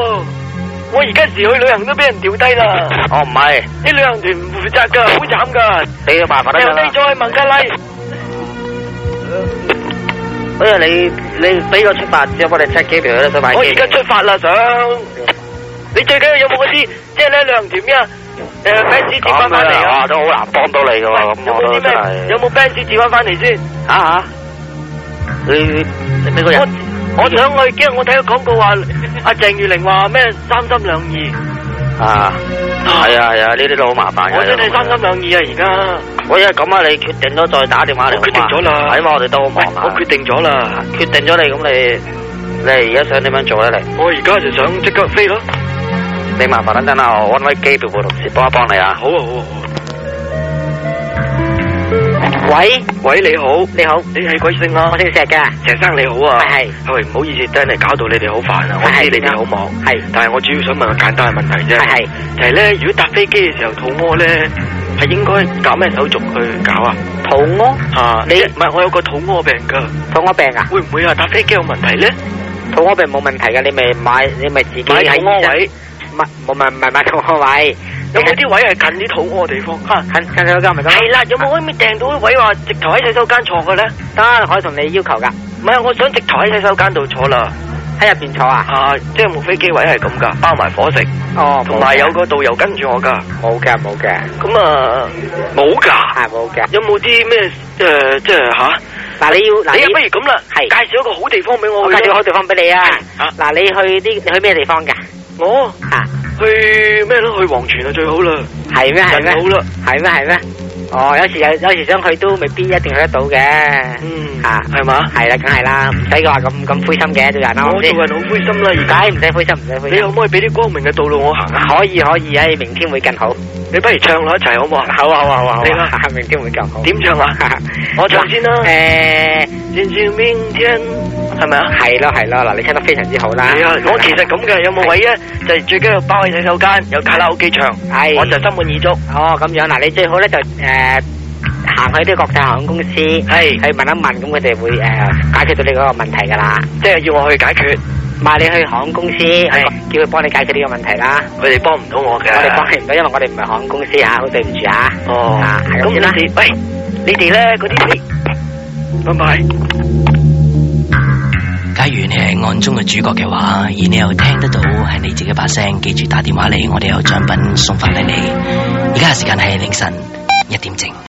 Speaker 2: 我而家時去旅行都俾人掉低啦，
Speaker 1: 哦，唔係，
Speaker 2: 啲旅行團唔負責㗎，好慘㗎，
Speaker 1: 你要麻煩
Speaker 2: 掉
Speaker 1: 啦。
Speaker 2: 低咗去孟加拉。
Speaker 5: 好似你你俾個出發之後，幫你 check 機票都想買
Speaker 2: 我
Speaker 5: 機
Speaker 2: 而家
Speaker 5: 票。
Speaker 2: 出發啦，想你最緊要有冇嗰啲即係咧兩條咩啊？誒
Speaker 1: Ờ,
Speaker 2: fans 接翻翻嚟啊！
Speaker 5: 都好難幫到你噶喎，咁
Speaker 2: 有
Speaker 5: 我
Speaker 2: 冇
Speaker 5: 都
Speaker 2: 啲
Speaker 5: 真係
Speaker 2: 咩？有冇 fans 接翻翻嚟先？
Speaker 5: 嚇嚇，你你俾個人
Speaker 2: 我我想去，驚我睇個廣告話
Speaker 1: à,
Speaker 2: 阿鄭裕玲話咩三心兩意，
Speaker 5: 啊，
Speaker 2: Dạ,
Speaker 5: 係啊係啊，呢啲都好麻煩嘅。
Speaker 2: 我真係三心兩意啊！而家
Speaker 5: 喂，因為咁啊，你決定咗再打電話嚟好嘛，
Speaker 2: 我決定咗啦
Speaker 5: 係嘛，我哋都好忙啊。
Speaker 2: 我決定咗啦，
Speaker 5: 決定咗你，咁你你而家想點樣做咧？你
Speaker 2: 我而家就想即刻飛咯。
Speaker 5: 你麻煩等陣啦，我揾位機票部同事幫一幫你啊。
Speaker 2: 好啊好啊好啊！
Speaker 5: 喂，
Speaker 2: 喂，你好，
Speaker 5: 你好，
Speaker 2: 你係鬼姓啊
Speaker 5: 我？姓石噶，
Speaker 2: 石生你好啊，
Speaker 5: 係
Speaker 2: 喂，唔好意思，真係搞到你哋好煩啊！我
Speaker 5: 係
Speaker 2: 知你哋好忙，
Speaker 5: 係
Speaker 2: 但係我主要想問個簡單嘅問題啫，
Speaker 5: 係係
Speaker 2: 就係咧，如果搭飛機嘅時候肚屙咧，係應該搞咩手續去搞啊？
Speaker 5: 肚屙，
Speaker 2: 啊，
Speaker 5: 你
Speaker 2: 唔係我有個肚屙病㗎，
Speaker 5: 肚屙病啊？
Speaker 2: 會唔會啊搭飛機有問題咧？
Speaker 5: 肚屙病冇問題噶，你咪買，你咪自己
Speaker 2: 買
Speaker 5: 喺
Speaker 2: 肚屙位，
Speaker 5: 唔係冇問唔係買肚屙位，
Speaker 2: 有冇啲位係近啲肚屙嘅地方？啊，
Speaker 5: 近近手間咪得咯？
Speaker 2: 係啦，有冇可以訂到啲位話直頭喺洗手間坐嘅咧？
Speaker 5: 得，可以同你要求噶，
Speaker 2: 唔係，我想直頭喺洗手間度坐啦。
Speaker 5: 喺入邊坐啊？
Speaker 2: 啊，即係冇飛機位係咁㗎，包埋伙食，
Speaker 5: 哦，
Speaker 2: 同埋有
Speaker 5: 個
Speaker 2: 個導遊跟住我㗎。
Speaker 5: 冇嘅冇嘅，
Speaker 2: 咁啊，冇㗎。
Speaker 5: 係冇嘅。
Speaker 2: 有冇啲咩誒，即係吓？
Speaker 5: 嗱你要嗱
Speaker 2: 你啊，不
Speaker 5: 你
Speaker 2: 如咁啦，
Speaker 5: 係
Speaker 2: 介紹一個好地方俾我
Speaker 5: 我
Speaker 2: 去
Speaker 5: 介
Speaker 2: 啦。
Speaker 5: 紹好地方俾你啊
Speaker 2: 啊！
Speaker 5: 嗱你去啲你去咩地方噶？
Speaker 2: 我
Speaker 5: 啊，
Speaker 2: 去咩咯？去黃泉啊，最好啦，
Speaker 5: 係咩
Speaker 2: 人
Speaker 5: 係咩？
Speaker 2: 好啦。
Speaker 5: 係咩係咩？哦，有時有有時想去都未必一定去得到嘅。
Speaker 2: 嗯，
Speaker 5: 啊
Speaker 2: 係嘛？
Speaker 5: 係啦，梗係啦，唔使話咁咁灰心嘅做人啦，
Speaker 2: 我
Speaker 5: 唔
Speaker 2: 做人好灰心啦，而家。
Speaker 5: 唔使灰心，唔使灰
Speaker 2: 你可
Speaker 5: 心
Speaker 2: 唔。可以俾啲光明嘅道路我行啊？
Speaker 5: 可以可以，唉，明天會更好。
Speaker 2: 你不如唱落一齊好唔好啊？
Speaker 5: 好啊好啊好啊，好
Speaker 2: 你啦
Speaker 5: 啊，明天會更好。
Speaker 2: 點 唱啊？我唱先啦
Speaker 5: 誒，
Speaker 2: 見住明天，係咪啊？
Speaker 5: 係咯係咯，嗱，你聽得非常之好啦。
Speaker 2: 係啊，我其實咁嘅，有冇位咧？就係最緊要包喺洗手間，有卡拉 OK 唱，
Speaker 5: 係
Speaker 2: 我就心滿意足。
Speaker 5: 哦，咁樣嗱，你最好咧就誒行去啲國際航空公司，去
Speaker 2: 係，
Speaker 5: 問一問，咁佢哋會誒
Speaker 2: à,
Speaker 5: 解決到你嗰個問題㗎啦。
Speaker 2: 即係要我去解決，
Speaker 5: 唔係你去航空公司，叫佢幫你解決呢個問題啦。
Speaker 2: 佢哋幫唔到我嘅。
Speaker 5: 我哋幫你唔到，因為我哋唔係航空公司嚇，好對唔住嚇。
Speaker 1: À,
Speaker 2: 哦
Speaker 5: 啊，係
Speaker 2: 咁
Speaker 5: 咁
Speaker 2: 你
Speaker 5: 先啦。
Speaker 2: 哋喂，你哋咧嗰啲飛，拜拜。
Speaker 4: 假如你係案中嘅主角嘅話，而你又聽得到係你自己把聲，記住打電話嚟，我哋有獎品送翻俾你。而家嘅時間係凌晨一點正。